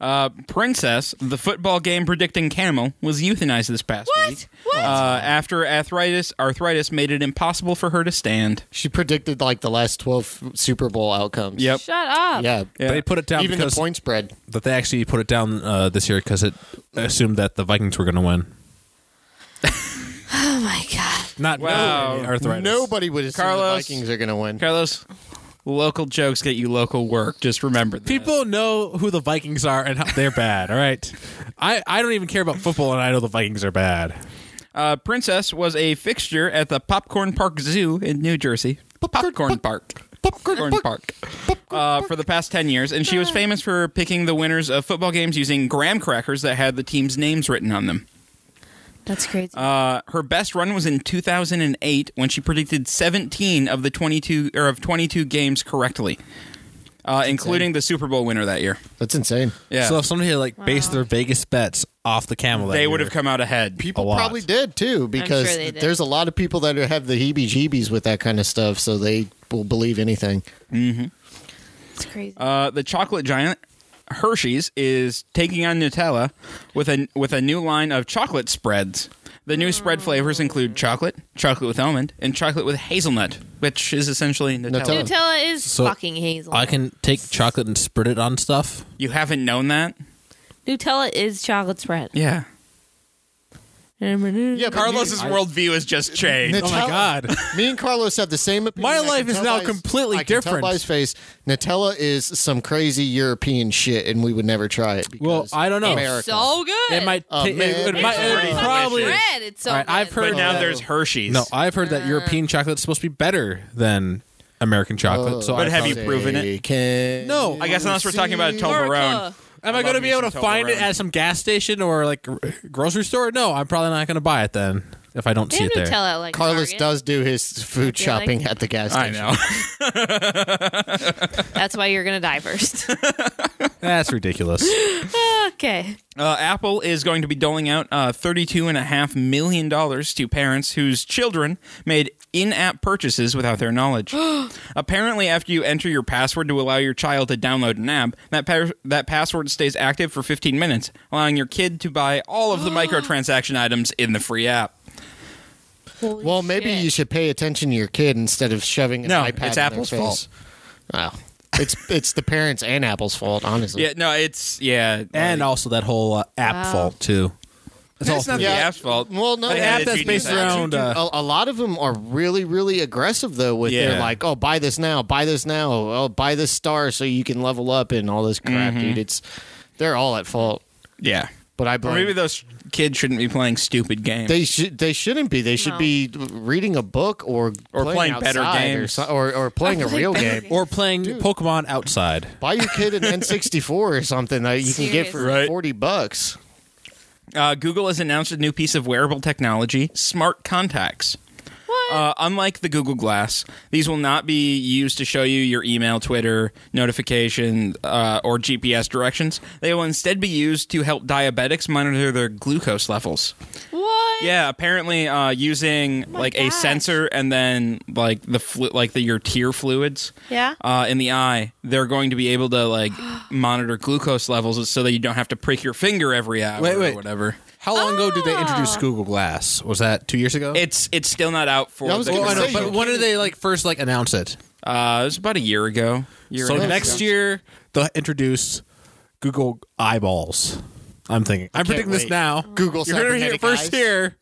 Uh, Princess, the football game predicting camel, was euthanized this past
What?
week
What?
Uh, after arthritis arthritis made it impossible for her to stand.
She predicted like the last 12 Super Bowl outcomes.
Yep.
Shut up.
Yeah.
Yeah.
They put it down
Even the
because
point spread.
that they actually put it down uh, this year because it assumed that the Vikings were going to win.
Oh my god.
Not
Wow.
knowing arthritis.
Nobody would assume the
Carlos.
Vikings are going to win.
Carlos, local jokes get you local work. Just remember that.
People know who the Vikings are and how they're bad. All right, I, I don't even care about football, and I know the Vikings are bad.
Uh, Princess was a fixture at the Popcorn Park Zoo in New Jersey. Popcorn Park. Popcorn Park. Uh, for the past 10 years, and she was famous for picking the winners of football games using graham crackers that had the team's names written on them.
That's crazy.
Uh, her best run was in 2008 when she predicted 17 of the 22 or of 22 games correctly, uh, including the Super Bowl winner that year.
That's insane.
Yeah,
So if somebody had like based their Vegas bets off the camel, that
they
year,
would have come out ahead.
People
A lot.
probably did too because
sure they did.
there's a lot of people that have the heebie jeebies with that kind of stuff, so they will believe anything.
Mm-hmm. That's crazy.
Uh, the chocolate giant Hershey's is taking on Nutella with a with a new line of chocolate spreads. The new spread flavors include chocolate, chocolate with almond, and chocolate with hazelnut, which is essentially Nutella.
Nutella.
Nutella is
So,
fucking hazelnut.
I can take chocolate and spread it on stuff.
You haven't known that?
Nutella is chocolate spread.
Yeah.
Yeah.
but
Carlos's
you-
worldview has just changed.
Nutella-
Oh my god,
Me and Carlos have the same opinion.
My
I can
life is
tell
now
by his-
completely
I can tell
different.
by his face, Nutella is some crazy European shit, and we would never try it.
Well,
because
I don't know.
America.
So good.
it might,
Oh,
ta- it, it
man.
might it
It's
probably.
delicious.
Bread. It's so
All right,
good.
I've heard-
But now
Oh.
there's Hershey's.
No, I've heard that European chocolate is supposed to be better than American chocolate. so
But
I
have you
thought-
proved- proven it?
Can
No,
I guess unless we're talking about a Toblerone.
America.
Am I,
I
going to
love
be
me
able to
some
find it
Toblerone.
at some gas station or like gr- grocery store? No, I'm probably not going to buy it then if I don't
They
see
have
it there.
Nutella at, like
Carlos
Target.
does do his food
Yeah, like-
shopping at the gas
I
station.
know.
That's why you're gonna die first.
That's ridiculous.
okay.
Uh, Apple is going to be doling out uh, $32.5 million to parents whose children made in app purchases without their knowledge. Apparently, after you enter your password to allow your child to download an app, that, par- that password stays active for 15 minutes, allowing your kid to buy all of the microtransaction items in the free app.
Well, maybe you should pay attention to your kid instead of shoving an
No,
iPad.
it's
in their
Apple's
face.
fault.
Wow. It's it's the parents and Apple's fault, honestly.
Yeah, no, it's, yeah.
and
like,
also that whole uh, app
Wow.
fault too.
that's not the
Yeah.
app's fault.
Well, no,
They
the
had
app
to
that's
do
based
that.
around, uh,
a, a lot of them are really, really aggressive though. With
Yeah.
their like, oh, buy this now, buy this now, oh, buy this star so you can level up and all this crap, dude. It's they're all at fault.
Yeah.
But I
Mm-hmm. Or
blame
maybe those kids shouldn't be playing stupid games.
They should. They shouldn't be. They should
No.
be reading a book or
Or playing better
outside or
games.
so- or, or, playing a
playing
real
better
game.
games.
Or playing Pokemon outside.
Buy your kid an N64 or something that you can get for
Seriously.
Right.
forty bucks.
Uh, Google has announced a new piece of wearable technology, smart contacts.
What?
Uh, unlike the Google Glass, these will not be used to show you your email, Twitter, notification, uh, or GPS directions. They will instead be used to help diabetics monitor their glucose levels.
what?
Yeah, apparently uh, using
Oh my
like a
gosh.
sensor and then like the flu- like the your tear fluids
Yeah.
uh, in the eye, they're going to be able to like monitor glucose levels so that you don't have to prick your finger every hour
Wait, wait.
or whatever.
How long ago did they introduce
Ah.
Google Glass? Was that two years ago?
It's it's still not out for.
Yeah, I was
the
gonna
well, I know,
say,
but
you
when did they like first like announce it?
Uh, it was about a year ago. Year
So
and a half
next
ago.
year,
They'll introduce Google eyeballs. I'm thinking. I'm
Can't
predicting this
wait.
now.
Google
You're gonna hear it
cybernetic
first
eyes.
here.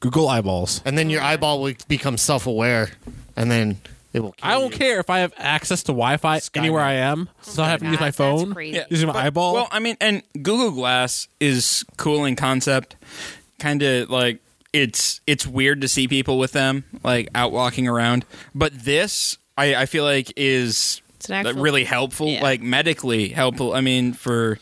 Google eyeballs.
and then your eyeball will become self-aware, and then it will. Kill
I don't
you.
care if I have access to Wi-Fi anywhere I am, so I have to use my
God, that's
phone
crazy. Yeah,
using my eyeball.
Well, I mean, and Google Glass is cool in concept. Kind of like it's it's weird to see people with them like out walking around, but this I, I feel like is
It's an actual-
really helpful,
Yeah.
like medically helpful. I mean, for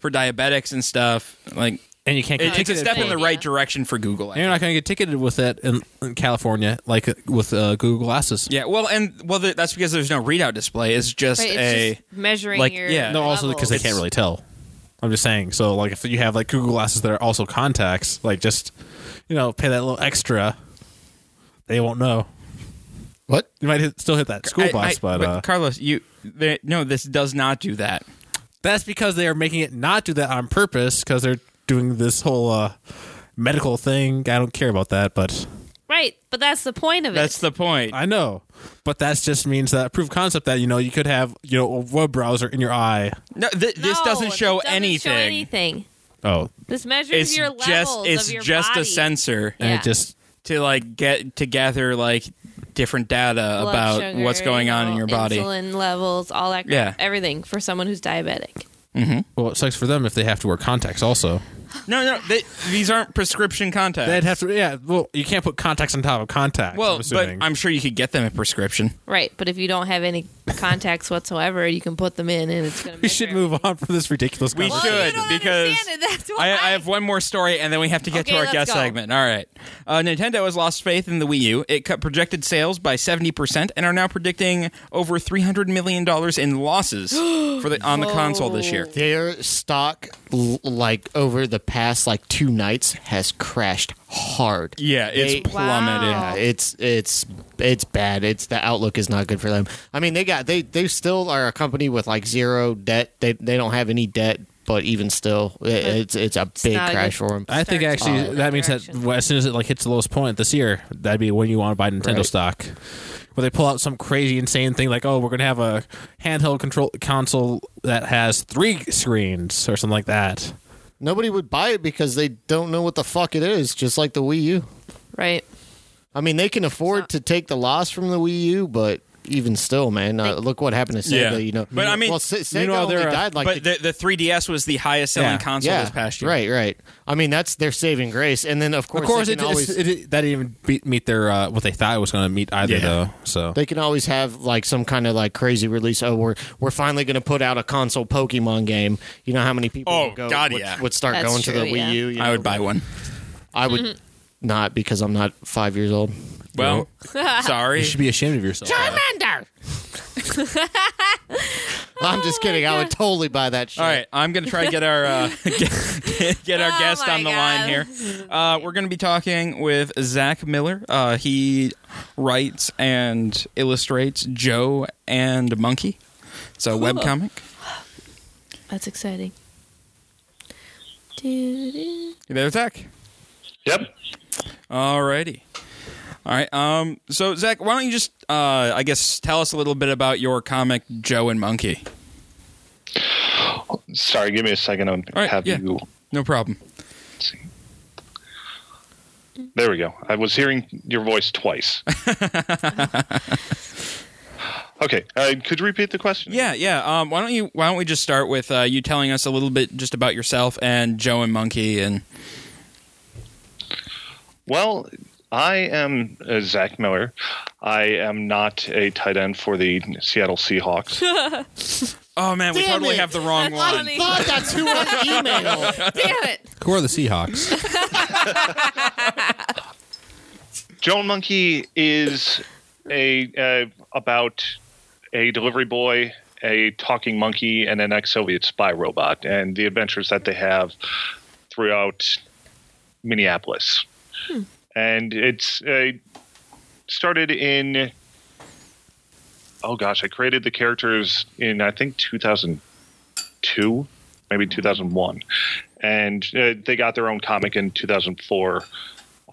for diabetics and stuff, like
and you can't get
it, it's a
ticketed.
step in
for
the
it.
right
Yeah.
direction for Google. I
and you're not going to get ticketed with it in, in California, like uh, with uh, Google Glasses.
Yeah, well, and well, th- that's because there's no readout display. It's just
Right, it's
a
just measuring
like,
your
yeah.
No, also because they
levels.
can't really tell. I'm just saying. So, like, if you have like Google Glasses that are also contacts, like, just you know, pay that little extra. They won't know.
What?
You might hit, still hit that school
I-
bus,
I-
but, uh,
Carlos, you they, no, this does not do that.
that's because they are making it not do that on purpose because they're doing this whole uh, medical thing. I don't care about that, but
Right, but that's the point of it.
That's the point.
I know. But that just means that proof of concept that you know you could have you know a web browser in your eye.
No, th- this
No,
doesn't
it
show
doesn't
anything.
anything.
Oh,
This measures
It's
your
just
levels
it's
of your
just
body.
a sensor
and
Yeah.
it just
to like get to gather like different data
Blood
about
sugar,
what's going
you
on in
know,
your body.
insulin levels, all that.
Yeah.
everything for someone who's diabetic.
well, it sucks for them if they have to wear contacts. Also,
No, no, they, these aren't prescription contacts.
they'd have to. Yeah, well, you can't put contacts on top of contacts.
well,
I'm
but
assuming.
I'm sure you could get them a prescription.
Right, but if you don't have any contacts whatsoever, you can put them in, and it's going to.
we should move on from this ridiculous.
We
Well,
conversation.
should
you don't
because
understand it. That's why.
I, I have one more story, and then we have to get
Okay,
to our
let's
guest
go.
segment. All right. Uh, Nintendo has lost faith in the Wii U. It cut projected sales by seventy percent, and are now predicting over three hundred million dollars in losses for the on the console this year.
Their stock, l- like over the past like two nights, has crashed hard.
Yeah, it's
They-
plummeted.
Wow.
it's it's it's bad. It's the outlook is not good for them. I mean, they got they they still are a company with like zero debt. They they don't have any debt, but even still, it, it's it's a big
not a
crash
good- Uh,
for them.
I think
Starts
actually
all
that means that
directions.
well, as soon as it like hits the lowest point this year, that'd be when you want to buy Nintendo
Right.
stock. Where they pull out some crazy insane thing like, oh, we're gonna have a handheld control console that has three screens or something like that.
Nobody would buy it because they don't know what the fuck it is. Just like the Wii U.
Right.
I mean, they can afford to take the loss from the Wii U, but even still, man, uh, look what happened to Sega.
Yeah.
You know,
But, I mean,
well, Se- Sega
meanwhile,
only
they're a-
died like
but the, the 3DS was the highest selling
Yeah.
console this past year.
Right, right. I mean, that's their saving grace. And then, of course,
Of course,
they
it,
can always,
it, it that didn't even beat, meet their uh, what they thought it was gonna meet either
Yeah.
though. So
they can always have like some kind of like crazy release. Oh, we're we're finally going to put out a console Pokemon game. You know how many people?
Oh,
would go,
God,
would,
yeah.
would start
That's
going to
true,
the
yeah. Mm-hmm.
Wii U. you
I would
know?
buy one.
I would not because I'm not five years old.
Well,
you
sorry.
should be ashamed of yourself.
Oh
I'm just kidding. I would totally buy that. Shit.
All right, I'm going to try to get our uh, get, get our
Oh
guest
my
on the
God.
line here. Uh, we're going to be talking with Zach Miller. Uh, he writes and illustrates Joe and Monkey. It's a webcomic.
That's exciting. Doo-doo.
You there, Zach?
Yep.
Alrighty. All right. Um. So, Zach, why don't you just, uh, I guess, tell us a little bit about your comic, Joe and Monkey?
Sorry, give me a second. I'm
right,
have
yeah.
you.
No problem.
let's see. There we go. I was hearing your voice twice. Okay. Uh, could you repeat the question?
Yeah, yeah. Um, why don't you? Why don't we just start with uh, you telling us a little bit just about yourself and Joe and Monkey and
Well, I am uh, Zach Miller. I am not a tight end for the Seattle Seahawks.
oh man, we
Damn
totally
it.
have the wrong
That's
one.
funny.
thought that's who I emailed.
Damn it.
Who are the Seahawks?
Joan Monkey is a uh, about a delivery boy, a talking monkey, and an ex-Soviet spy robot, and the adventures that they have throughout Minneapolis. And it's uh, started in. Oh gosh, I created the characters in I think 2002, maybe 2001, and uh, they got their own comic in 2004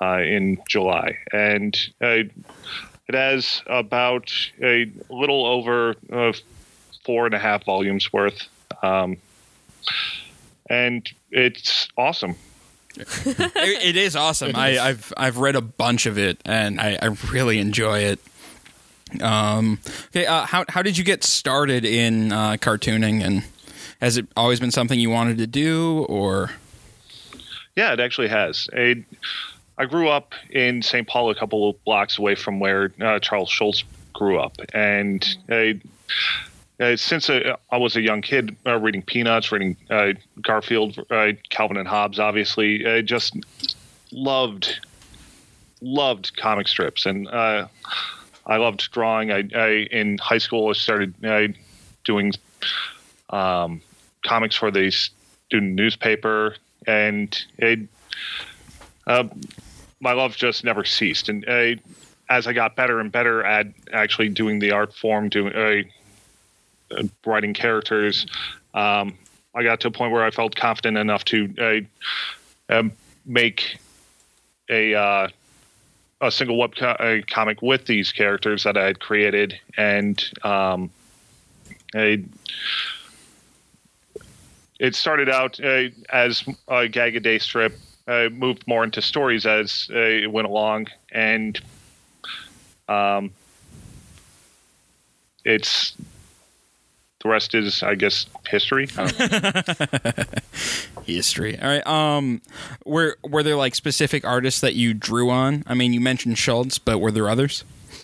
uh, in July, and uh, it has about a little over uh, four and a half volumes worth, um, and it's awesome.
It- it is awesome. I, I've I've read a bunch of it and I, I really enjoy it. Um, okay, uh, how how did you get started in uh, cartooning and has it always been something you wanted to do or
Yeah, it actually has. It, I grew up in St. Paul, a couple of blocks away from where uh, Charles Schultz grew up, and uh, uh, since uh, I was a young kid, uh, reading Peanuts, reading uh, Garfield, uh, Calvin and Hobbes, obviously, I just loved loved comic strips, and uh, I loved drawing. I, I in high school I started uh, doing um, comics for the student newspaper, and it, uh, my love just never ceased. And uh, as I got better and better at actually doing the art form, doing uh, uh, writing characters, um, I got to a point where I felt confident enough to uh, um, make a uh, a single web co- uh, comic with these characters that I had created, and um, I it started out uh, as a gag a day strip, uh, moved more into stories as uh, it went along, and um, it's the rest is, I guess, history. I don't know.
history? All right. Um, were were there like specific artists that you drew on? I mean, you mentioned Schultz, but were there others?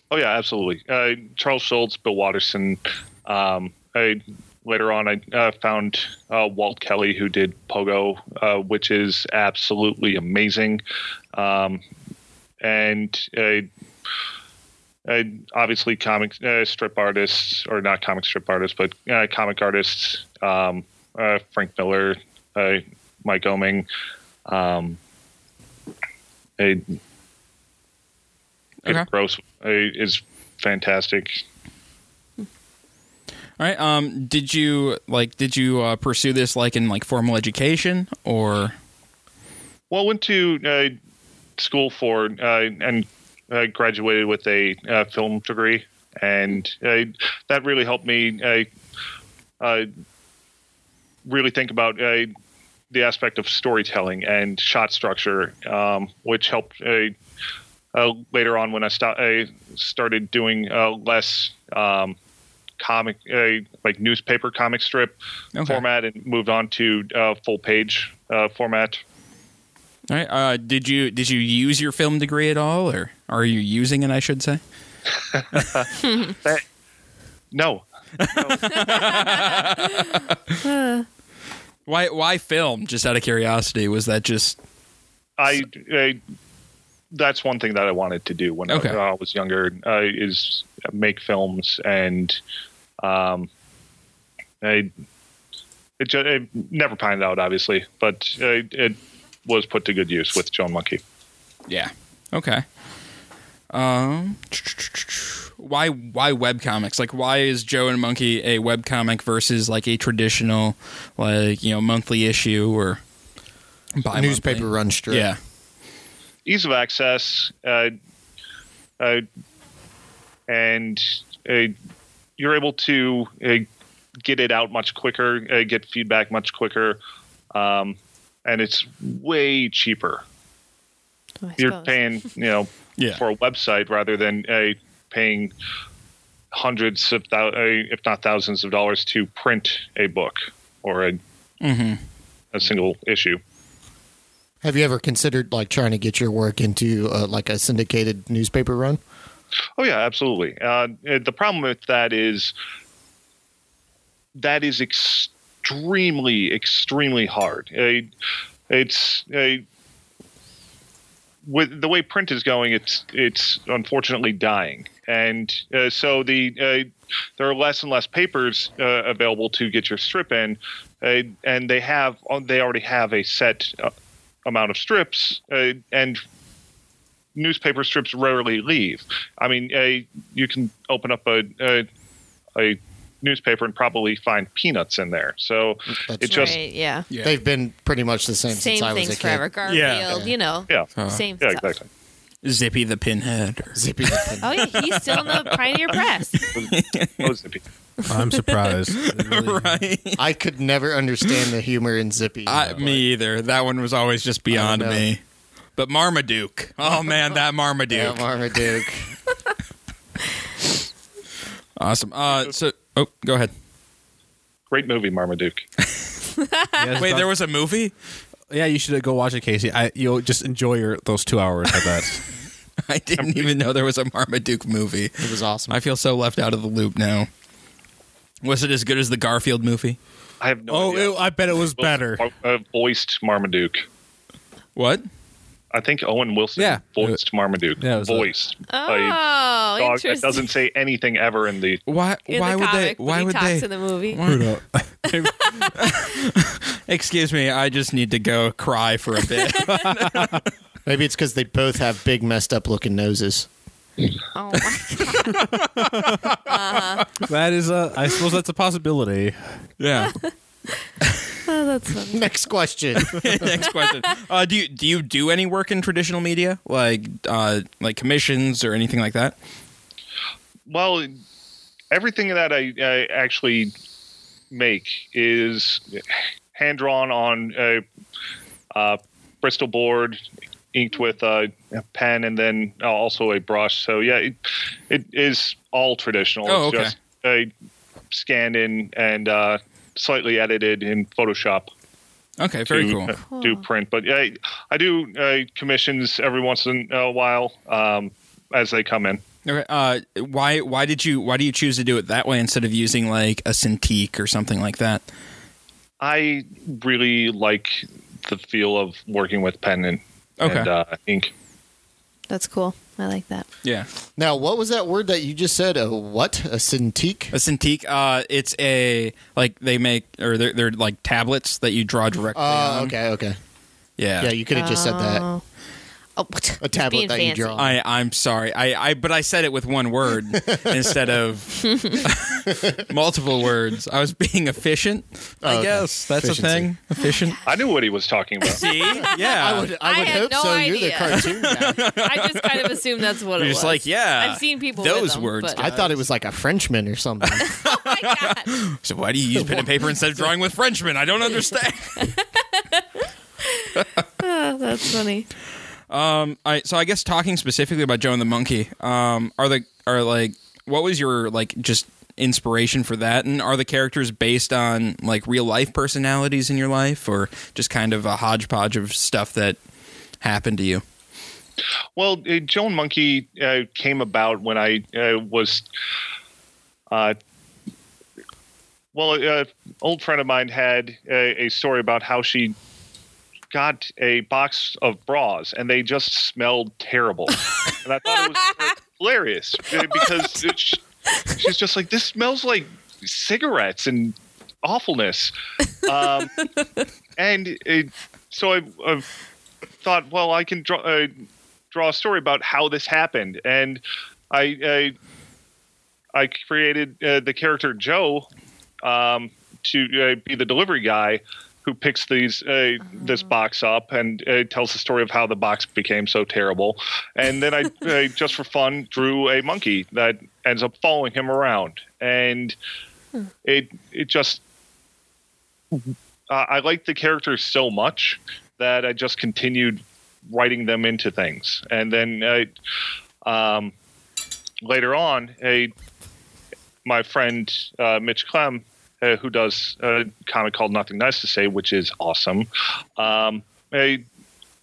oh yeah, absolutely. Uh, Charles Schultz, Bill Watterson. Um, I, later on, I uh, found uh, Walt Kelly, who did Pogo, uh, which is absolutely amazing. Um, and uh, uh, obviously comic uh, strip artists, or not comic strip artists, but uh, comic artists, um, uh, Frank Miller, uh, Mike Oming, um, uh, Peter
Okay.
Gross uh, is fantastic.
All right. Um, did you like did you uh, pursue this like in like formal education or
Well, I went to uh, school for uh, and uh, graduated with a uh, film degree, and uh, that really helped me uh, uh, really think about uh, the aspect of storytelling and shot structure, um, which helped uh, uh, later on when I, sto- I started doing uh, less. Um, comic uh, like newspaper comic strip
Okay.
format and moved on to uh, full page uh, format
All right. Uh, did you did you use your film degree at all, or are you using it? I should say.
No.
Why why film? Just out of curiosity, was that just
I, I that's one thing that I wanted to do when I-
Okay.
I, was younger uh, is make films and um I it, ju- it never panned out obviously, but uh, it was put to good use with Joan Monkey.
yeah? Okay. Um, why why web comics? Like, why is Joe and Monkey a web comic versus like a traditional, like you know, monthly issue or bi-monthly?
Newspaper run strip.
Yeah.
ease of access, uh, uh, and uh, you're able to uh, get it out much quicker, uh, get feedback much quicker, um, and it's way cheaper.
Oh, I
You're
suppose.
paying, you know,
Yeah.
for a website rather than uh, paying hundreds of thou- uh, if not thousands of dollars to print a book or a a single issue.
Have you ever considered like trying to get your work into uh, like a syndicated newspaper run?
Oh yeah, absolutely. Uh, the problem with that is that is extremely, extremely hard. Uh, it's uh, with the way print is going, it's it's unfortunately dying, and uh, so the uh, there are less and less papers uh, available to get your strip in, uh, and they have uh, they already have a set uh, amount of strips, uh, and newspaper strips rarely leave. I mean, uh, you can open up a, a a newspaper and probably find peanuts in there. So
That's
it just
right, yeah.
They've been pretty much the same,
Same
since I was a
things
kid.
forever. Garfield, you know.
yeah
Same
yeah
stuff.
exactly.
Zippy the Pinhead.
Zippy the pin.
Oh yeah, he's still in the Pioneer Press.
Those would be-
I'm surprised. It really-
right.
I could never understand the humor in Zippy.
I,
But-
me either. That one was always just beyond
know.
me. But Marmaduke. Oh man, that Marmaduke.
Yeah, Marmaduke.
awesome. Uh, so, oh, go ahead.
Great movie, Marmaduke.
Yes,
Wait,
doc-
there was a movie.
yeah, you should go watch it, Casey. I, you'll just enjoy your those two hours at that.
I didn't even know there was a Marmaduke movie.
It was awesome.
I feel so left out of the loop now. Was it as good as the Garfield movie?
I have no
Oh,
idea.
it, I bet it was better.
Wilson, uh, voiced Marmaduke.
What?
I think Owen Wilson
Yeah.
voiced Marmaduke.
Yeah, it was a-
voiced by
Oh,
a dog
interesting.
that doesn't say anything ever in the.
Why?
in
why
the
would
comic,
they?
but
Why
he
would
talks
they?
in the movie.
Excuse me, I just need to go cry for a bit.
Maybe it's because they both have big, messed up looking noses.
Oh my
that is a. I suppose that's a possibility.
yeah.
god, that's funny.
Next question.
Next question. Uh, do you do you do any work in traditional media, like uh, like commissions or anything like that?
Well, everything that I, I actually make is hand drawn on a uh, Bristol board, inked with a pen, and then also a brush. So yeah, it, it is all traditional.
Oh,
It's
okay.
just uh, scanned in and uh, slightly edited in Photoshop.
Okay, very
to,
cool.
uh, do print, but yeah, I, I do uh, commissions every once in a while um, as they come in.
Okay, uh, why why did you why do you choose to do it that way instead of using like a Cintiq or something like that?
I really like the feel of working with pen and,
Okay.
and uh, ink.
That's cool. I like that.
Yeah,
now, what was that word that you just said? A what? A
a
Cintiq?
Cintiq. Uh, it's a like they make or they're, they're like tablets that you draw directly.
Oh,
on.
okay, okay.
Yeah.
Yeah, you could have just said that.
Oh. Oh, what?
A tablet
Being
that you
fancy.
draw.
I I'm sorry. I, I but I said it with one word instead of multiple words. I was being efficient. I
Oh, okay.
guess that's a
Efficiency.
thing. Efficient.
I knew what he was talking about.
See? Yeah.
I would,
I
I would
had
hope
no
so. You're the
idea.
cartoon guy.
I just kind of assumed that's what it
You're
was.
just like, yeah.
I've seen people with
those
them,
words.
but-
I thought it was like a Frenchman or something.
Oh my god.
So why do you use pen and paper instead of drawing with Frenchmen? I don't understand.
Oh, that's funny.
All right, so I guess talking specifically about Joe and the Monkey, um, are the are like what was your like just inspiration for that, and are the characters based on like real life personalities in your life, or just kind of a hodgepodge of stuff that happened to you?
well, uh, Joan Monkey uh, came about when I uh, was. Uh, well, an old friend of mine had a, a story about how she got a box of bras and they just smelled terrible. and I thought it was uh, hilarious uh, because it, she, she's just like, this smells like cigarettes and awfulness. Um, and it, so I, I thought, well, I can draw, uh, draw a story about how this happened. And I, I I created uh, the character Joe um, to uh, be the delivery guy who picks these uh, this box up and uh, tells the story of how the box became so terrible. And then I, uh, just for fun, drew a monkey that ends up following him around, and it it just uh, I liked the characters so much that I just continued writing them into uh, things, and then I. Um, later on, a my friend uh, Mitch Clem, uh, who does a comic called Nothing Nice to Say, which is awesome. Um, I,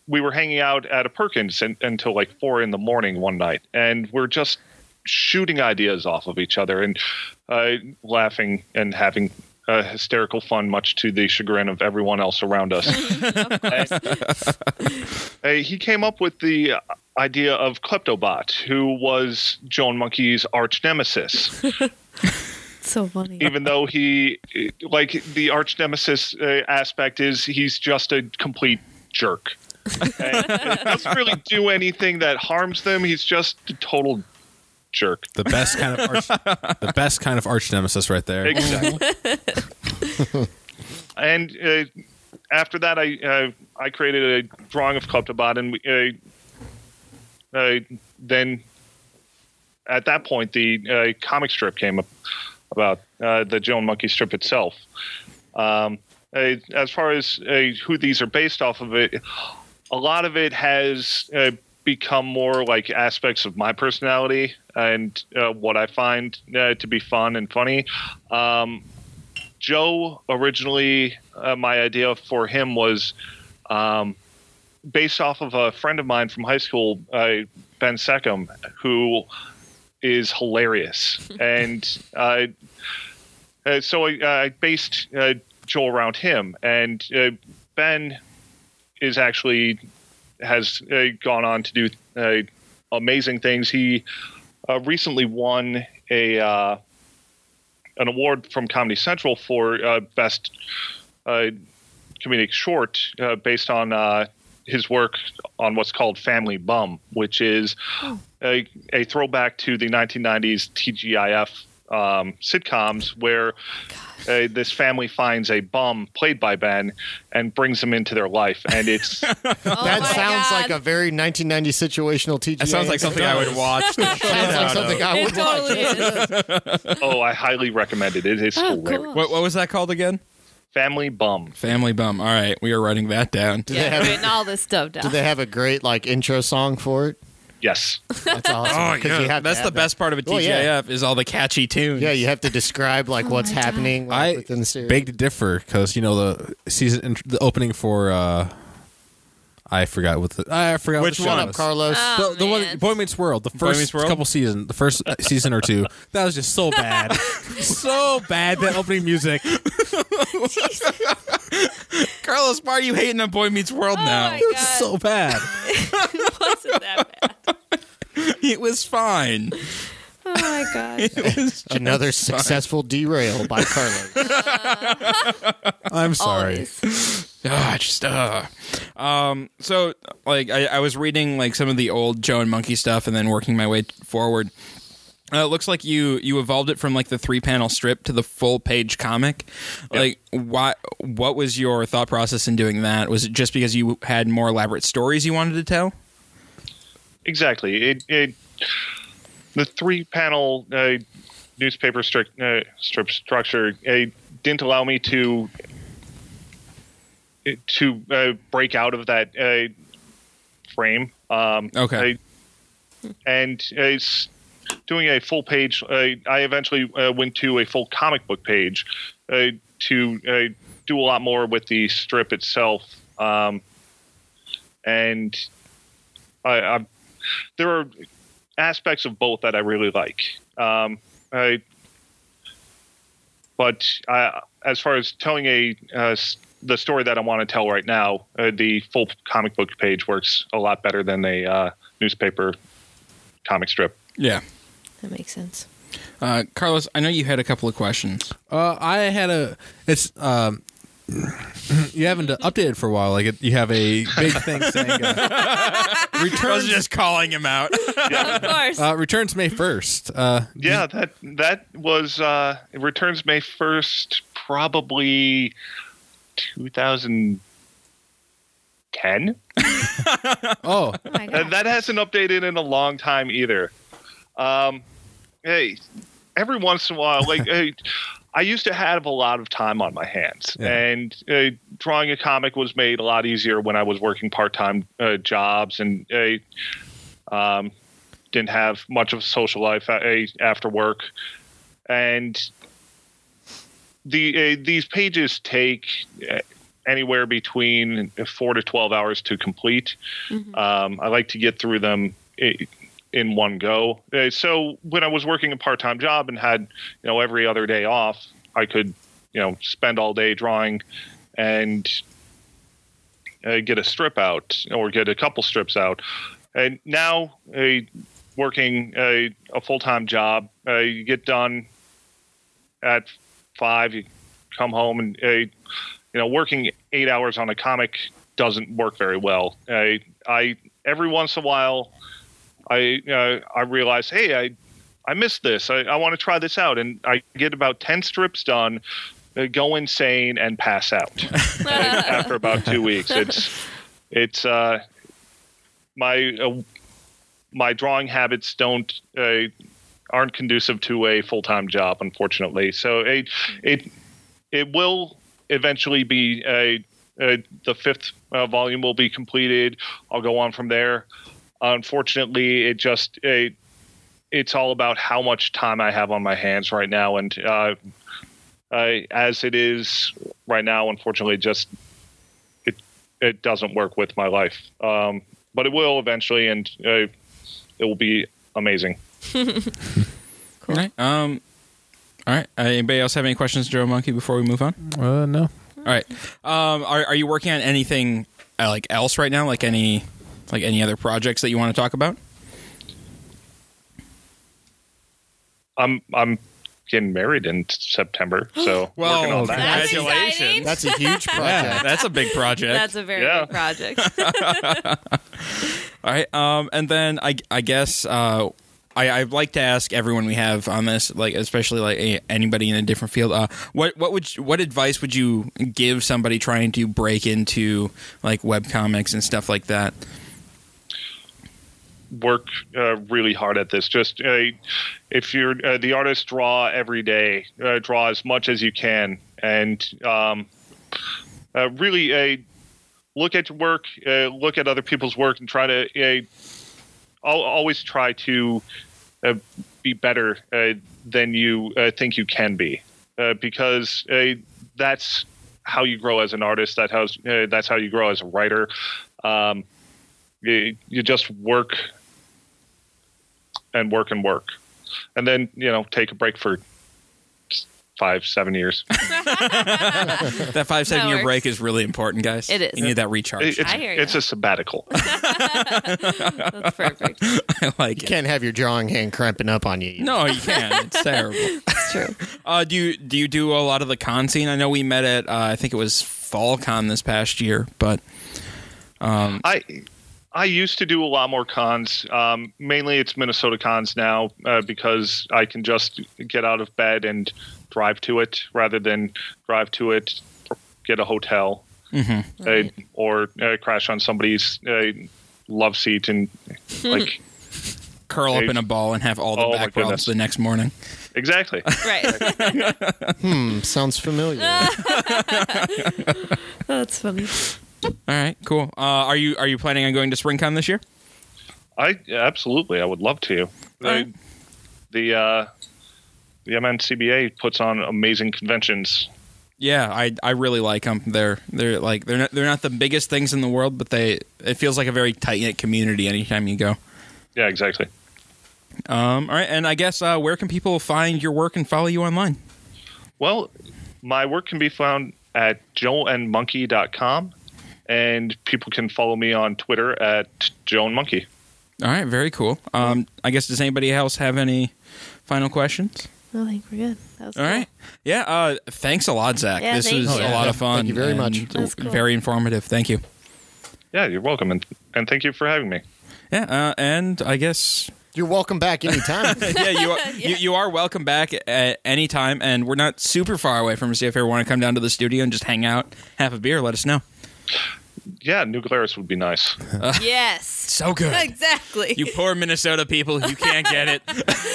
we were hanging out at a Perkins in, until like four in the morning one night, and we're just shooting ideas off of each other and uh, laughing and having uh, hysterical fun, much to the chagrin of everyone else around us. Uh, he came up with the idea of Kleptobot, who was Joan Monkey's arch nemesis.
so funny.
Even though he, like, the arch nemesis uh, aspect is he's just a complete jerk. Okay? He doesn't really do anything that harms them. He's just a total jerk.
The best kind of arch, the best kind of arch nemesis right there.
Exactly. and uh, after that, I uh, I created a drawing of Kleptobot, and we, uh, uh, then at that point, the uh, comic strip came up about uh, the Joan Monkey strip itself. Um, uh, as far as uh, who these are based off of, it a lot of it has uh, become more like aspects of my personality and uh, what I find uh, to be fun and funny. Um, Joe originally, uh, my idea for him was um, based off of a friend of mine from high school, uh, Ben Seckham, who is hilarious. and uh, uh, so I, I based uh, Joe around him. And uh, Ben is actually has uh, gone on to do uh, amazing things. He uh, recently won a. Uh, an award from Comedy Central for uh, best uh, comedic short uh, based on uh, his work on what's called Family Bum, which is a, a throwback to the 1990s TGIF um, sitcoms where uh, this family finds a bum played by Ben and brings him into their life. And it's
Oh
That
my
sounds
God.
like a very 1990 situational TGI.
That sounds like something I would watch. the shit
Sounds like
out of.
something I
It
would watch.
totally is.
oh, I highly recommend it. It is
Oh,
hilarious.
cool.
What, what was that called again?
Family Bum.
Family bum. All right, we are writing that down.
Do they
Yeah,
have
written all this stuff down.
do they have a great like intro song for it?
Yes.
That's awesome. 'cause you have to
Oh, That's the
have that.
best part of a TGIF
Well, yeah.
is all the catchy tunes.
Yeah, you have to describe
Oh
like what's happening like,
I
within the series.
beg to differ because you know the season, int- the opening for uh, I forgot what the I forgot
Which
what the
Shut
show
up,
was.
Carlos.
Oh,
the, the one
man.
Boy Meets World, the
Meets
first
World?
couple season, the first uh, season or two, that was just so bad, so bad. That opening music,
Carlos, why are you hating on Boy Meets World
Oh
now?
my
it was
God.
so bad.
it wasn't that bad.
It was fine.
Oh my god.
Another successful derail by Carlos.
I'm sorry.
Always.
Ah, just uh. Um, so like I, I was reading like some of the old Joe and Monkey stuff, and then working my way forward. Uh, it looks like you you evolved it from like the three panel strip to the full page comic. Like, why? What was your thought process in doing that? Was it just because you had more elaborate stories you wanted to tell?
Exactly. It, it the three panel uh, newspaper strict, uh, strip structure uh, didn't allow me to it- to uh, break out of that uh, frame. Um,
Okay.
I- and it's doing a full page. Uh, I eventually uh, went to a full comic book page uh, to uh, do a lot more with the strip itself. Um, and I, I, there are aspects of both that I really like. Um, I, but I, as far as telling a uh, s- the story that I want to tell right now, uh, the full comic book page works a lot better than a uh, newspaper comic strip.
Yeah.
That makes sense.
Uh, Carlos, I know you had a couple of questions.
Uh, I had a. It's um, you haven't updated for a while. Like it, you have a big thing saying uh, returns.
just calling him out.
Of course.
Uh, returns May first. Uh,
Yeah, that that was uh, it returns May first, probably two thousand ten.
oh,
oh my
Uh,
god.
that hasn't updated in a long time either. Um, hey, every once in a while, like hey, I used to have a lot of time on my hands,
Yeah.
and uh, drawing a comic was made a lot easier when I was working part-time uh, jobs and uh, um, didn't have much of a social life uh, after work. and the uh, these pages take uh, anywhere between four to twelve hours to complete. Um, I like to get through them. i in one go. Uh, so when I was working a part-time job and had, you know, every other day off, I could, you know, spend all day drawing and uh, get a strip out or get a couple strips out. And now uh, working a, a full-time job, uh, you get done at five, you come home and, uh, you know, working eight hours on a comic doesn't work very well. Uh, I, I every once in a while, I uh, I realize, hey, I I missed this. I, I want to try this out, and I get about ten strips done, uh, go insane, and pass out uh, after about two weeks. It's it's uh, my uh, my drawing habits don't. Uh, aren't conducive to a full-time job unfortunately so it it it will eventually be a, a the fifth uh, volume will be completed i'll go on from there unfortunately it just it, it's all about how much time i have on my hands right now and uh, I, Uh, as it is right now unfortunately just it it doesn't work with my life um, but it will eventually and uh, it will be amazing
All right. Um, all right. Uh, anybody else have any questions, Joe Monkey, before we move on?
Uh, no.
All right. Um, are are you working on anything uh, like else right now? Like any like any other projects that you want to talk about?
i'm i'm getting married in september so
Well,
working on that.
That's
Congratulations.
exciting.
That's a huge project.
That's a big project.
That's a very
Yeah.
big project.
All right. Um, and then I, I guess uh, I, I'd like to ask everyone we have on this, like especially like a- anybody in a different field, uh, what what would you, what advice would you give somebody trying to break into like web comics and stuff like that?
work uh, really hard at this. Just uh, if you're uh, the artist, draw every day, uh, draw as much as you can, and um, uh, really uh, look at your work, uh, look at other people's work, and try to uh, al- always try to uh, be better uh, than you uh, think you can be, uh, because uh, that's how you grow as an artist. That how uh, that's how you grow as a writer. Um, you, you just work and work and work and then you know take a break for five seven years
That five seven year
works.
break is really important, guys.
It is.
You need that recharge.
It- it's,
I hear ya.
it's a sabbatical
That's perfect.
I like
You
it.
can't have your drawing hand cramping up on you.
No, you can't. It's terrible.
It's true.
Uh, do you do you do a lot of the con scene? I know we met at uh, I think it was Fall Con this past year, but
i i used to do a lot more cons um, mainly it's minnesota cons now uh, because i can just get out of bed and drive to it rather than drive to it get a hotel uh,
Right.
or uh, crash on somebody's uh, love seat and like
curl up
Hey.
in a ball and have all the
Oh, my
back problems
goodness.
the next morning.
exactly
Right.
Hmm, sounds familiar.
Oh, That's funny.
All right, cool. Uh, are you are you planning on going to SpringCon this year?
I absolutely, I would love to. The
right.
the, uh, the MNCBA puts on amazing conventions.
Yeah, I I really like them. They're they're like they're not they're not the biggest things in the world, but they it feels like a very tight knit community anytime you go.
Yeah, exactly.
Um, all right, and I guess uh, where can people find your work and follow you online?
Well, my work can be found at joelandmonkey.com, and people can follow me on Twitter at joanmonkey.
All right, very cool. Um, I guess does anybody else have any final questions?
I think we're good. That was
All
cool.
right. Yeah. Uh, thanks a lot, Zach.
Yeah,
this
thank
was
you.
a lot of fun.
Thank you very
and
much.
That's cool.
Very informative. Thank you.
Yeah, you're welcome, and and thank you for having me.
Yeah. Uh, and I guess
You're welcome back anytime.
yeah, you are, You, you are welcome back at any time, and we're not super far away from. So if you ever want to come down to the studio and just hang out, have a beer, let us know.
Yeah, New Glarus would be nice.
Yes.
Uh, So good.
Exactly.
You poor Minnesota people, you can't get it.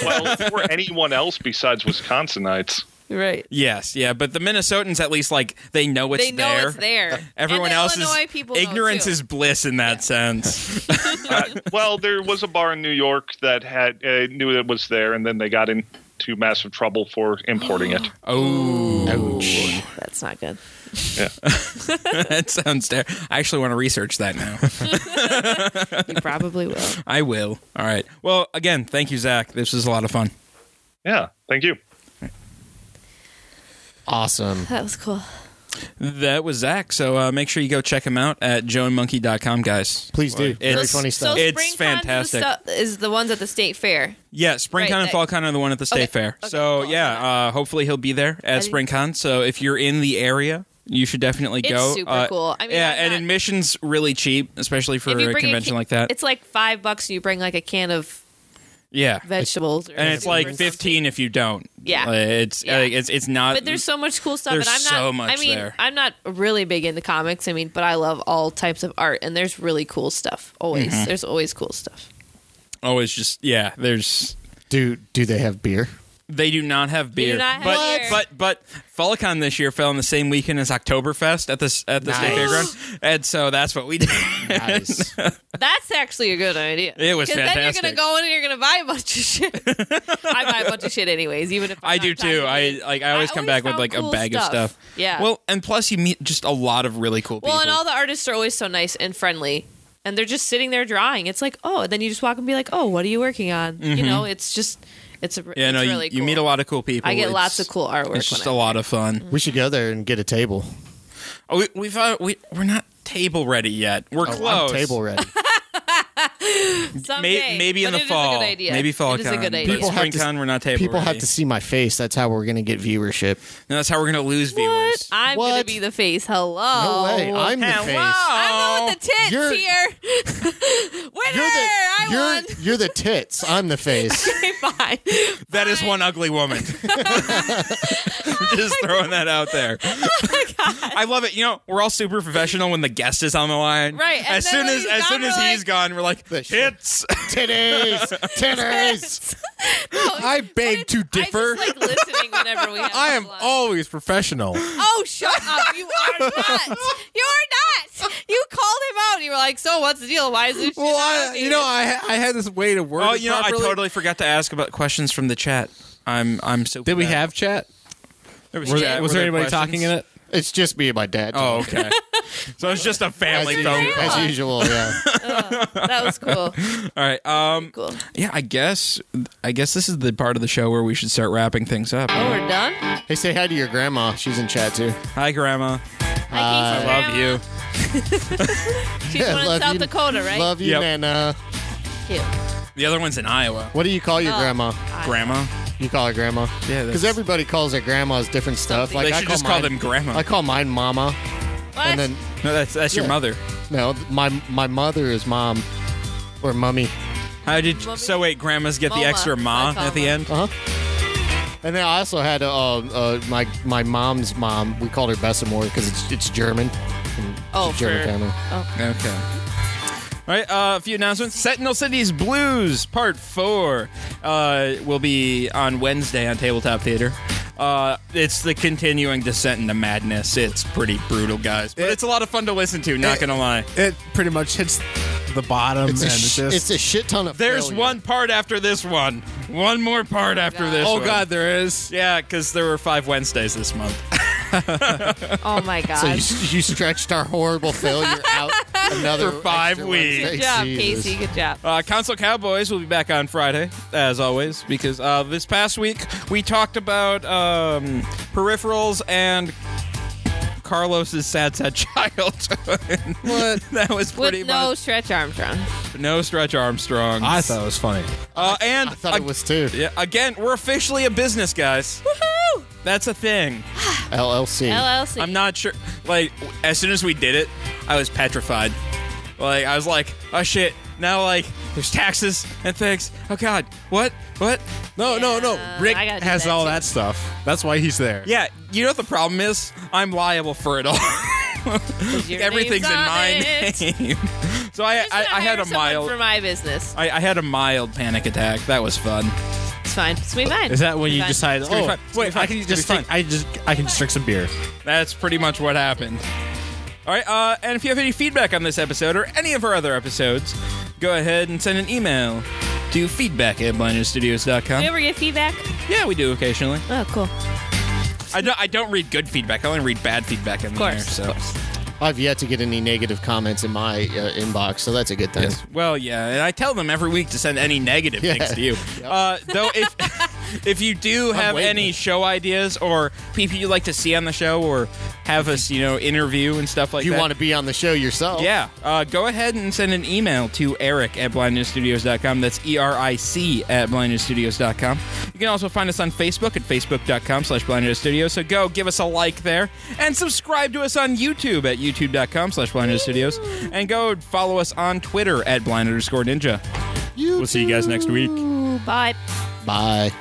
well, for anyone else besides Wisconsinites.
right.
yes, yeah, but the Minnesotans at least like they know it's
they know
there. Uh,
it's there.
Everyone
and the
else
Illinois
is
people know,
ignorance
too.
is bliss in that sense.
uh, well, there was a bar in New York that had uh, knew it was there, and then they got into into massive trouble for importing it.
Oh,
That's not good.
that sounds terrible. I actually want to research that now.
You probably will.
I will. All right. Well, again, thank you, Zach. This was a lot of fun.
Yeah, thank you.
Awesome.
That was cool.
That was Zach. So uh, make sure you go check him out at joeandmonkey.com, guys.
Please do. Very
It's-
funny
So
stuff.
It's
spring
fantastic.
Con is the, is the ones at the state fair.
Yeah, SpringCon
Right,
and
that-
FallCon are the one at the State
Okay,
Fair.
okay,
so
cool.
yeah, uh, hopefully he'll be there at
I-
SpringCon. So if you're in the area, you should definitely
It's
go.
super
Uh,
cool. I mean,
yeah,
I'm
and
not-
admission's really cheap, especially for a convention
ca-
like that.
it's like five bucks, and you bring like a can of
yeah,
vegetables. or
and it's
soup or
like
something.
fifteen if you don't.
Yeah.
Like, it's
Yeah.
like, it's it's not.
But there's so much cool stuff,
There's
and I'm not.
so much
I mean,
there.
I'm not really big into comics. I mean, but I love all types of art, and there's really cool stuff. Always,
Mm-hmm.
there's always cool stuff.
always just yeah. There's
Do do they have beer?
They do not have
do
beer.
not have
but,
beer.
but but Follicon this year fell on the same weekend as Oktoberfest at the at the state fairground, and so that's what we did.
Nice.
That's actually a good idea.
It was
'Cause Then you're
fantastic.
gonna go in and you're gonna buy a bunch of shit. I buy a bunch of shit anyways, even if I'm
I
not
do too.
talking
I
about it.
like I always come back with
found
like
cool
a bag of stuff.
Yeah.
Well, and plus you meet just a lot of really cool people.
well, and all the artists are always so nice and friendly, and they're just sitting there drawing. It's like, oh, and then you just walk and be like, oh, what are you working on? You know, it's just, it's a,
Mm-hmm. yeah,
it's
no, you-
really
you,
cool.
meet a lot of cool people.
I get
It's-
lots of cool artwork.
It's just a
when I-
lot of fun.
we should go there and get a table.
Oh, we, we've uh, we we're not table ready yet. We're
Oh,
close.
I'm table ready.
Someday,
May- maybe in
but
the
it is a good
fall.
idea.
Maybe fall
It is a good idea.
People have to-
SpringCon, we're not table
People
ready.
have to see my face. That's how we're going to get viewership.
And that's how we're gonna lose viewers.
I'm gonna
What?
be the face. Hello.
Oh,
No way. I'm the
Hello.
face.
I'm the one with the tits
You're-
here. Winner!
You're
I
the,
won.
you're, you're the tits. I'm the face.
Okay, fine.
That is one ugly woman. Just throwing that out there.
Oh
I love it. You know, we're all super professional when the guest is on the line.
Right, and
As
then
soon
when
as
he's
as
gone,
soon as
we're
he's
like-
gone, we're like
The shit.
hits.
titties. Titties.
I
beg to
differ. I just like listening whenever we. Have
I am
someone.
always professional.
Oh, shut up! You are not. You are not. You called him out. You were like, "So what's the deal? Why is this?" Shit
Well, I,
out
you know, I I had this way to work.
oh, you know, I totally forgot to ask about questions from the chat. I'm I'm so
Did we have chat?
there was,
Was,
chat.
was
Were
there anybody
questions?
talking in it?
It's just me and my dad.
Oh, okay. so it's just a
as,
family
usual,
phone call.
as usual, yeah.
that was cool.
All right. Um
Cool.
yeah, I guess I guess this is the part of the show where we should start wrapping things up.
Oh, we're done.
Hey, say hi to your grandma. She's in chat too.
Hi grandma.
I
I love you.
She's
Yeah,
one in
love
South
you.
Dakota, right?
Love you,
Yep.
Nana.
Cute.
The other one's in Iowa.
What do you call your
Oh.
grandma?
Grandma.
You call her grandma?
Yeah,
Because
that's-
everybody calls their grandmas different stuff. Like
they
I
should
call
just
mine,
call them grandma.
I call mine mama,
What?
and then
No, that's that's your
Yeah.
mother.
no, my my mother is mom or mummy.
How did
Mummy.
so wait? Grandmas get the
Mama,
extra ma
I call
at the
them.
end.
Uh huh. And then I also had uh, uh, my my mom's mom. We called her Bessemer because it's it's German. And
Oh,
it's a German
for-
family.
Okay. All right, uh, a few announcements. Sentinel Cities Blues Part 4 uh, will be on Wednesday on Tabletop Theater. Uh, it's the continuing descent into madness. It's pretty brutal, guys. But
It-
it's a lot of fun to listen to, not
it-
going to lie.
It pretty much hits the bottom,
It's a,
and
sh-
it just
it's a shit ton of.
There's
failure.
one part after this one. One more part after this
oh
one.
god, there is.
Yeah, because there were five Wednesdays this month.
Oh my god.
So you, you stretched our horrible failure out another
For five
extra
weeks.
Wednesday.
Good job,
Jesus.
Casey. Good job.
Uh, Console Cowboys will be back on Friday, as always, because uh, this past week we talked about um, peripherals and Carlos's sad, sad child. what? That was pretty
With no
much
stretch Armstrong.
no Stretch Armstrong.
I thought it was funny.
uh, and
I thought it
ag-
was two
yeah, again, we're officially a business, guys.
Woohoo!
That's a thing.
LLC.
LLC.
I'm not sure. Like, as soon as we did it, I was petrified. Like, I was like, oh shit. Now, like, there's taxes and things. Oh god, what? What?
No, no, no.
Yeah,
Rick
I gotta do
has
that
all
too.
that stuff. That's why he's there.
Yeah, you know what the problem is? I'm liable for it all.
Your
Everything's
name's
in
on
my
it.
name. So I, I,
Just
I
gonna hire
had a
someone
mild
for my business.
I, I had a mild panic attack. That was fun.
It's fine. It's gonna be fine.
Is that when
It's
you
fine.
decide?
gonna be
Oh,
fine. It's gonna be
wait!
fine.
I can
It's gonna
just
be
think, I just I can just drink some beer.
That's pretty much what happened. All right, uh, and if you have any feedback on this episode or any of our other episodes, go ahead and send an email to feedback at blindnewstudios.com.
Do you ever get feedback?
Yeah, we do occasionally.
Oh, cool.
I don't, I don't read good feedback. I only read bad feedback in the air.
course,
So.
I've yet to get any negative comments in my uh, inbox, so that's a good thing.
Yes. Well, yeah, and I tell them every week to send any negative
Yeah.
things to you. Uh, though, if if you do have
waiting.
any show ideas or people you'd like to see on the show or have us, you know, interview and stuff like
If you
that.
want to be on the show yourself,
yeah, uh, go ahead and send an email to eric at blindnewsstudios.com. That's E E-R-I-C at blindnewsstudios.com. You can also find us on Facebook at facebook.com slash blindnewsstudios. So go give us a like there and subscribe to us on YouTube at youtube.com slash blindnewsstudios. And go follow us on Twitter at blind underscore ninja.
You
We'll see you guys next week.
Ooh, bye.
Bye.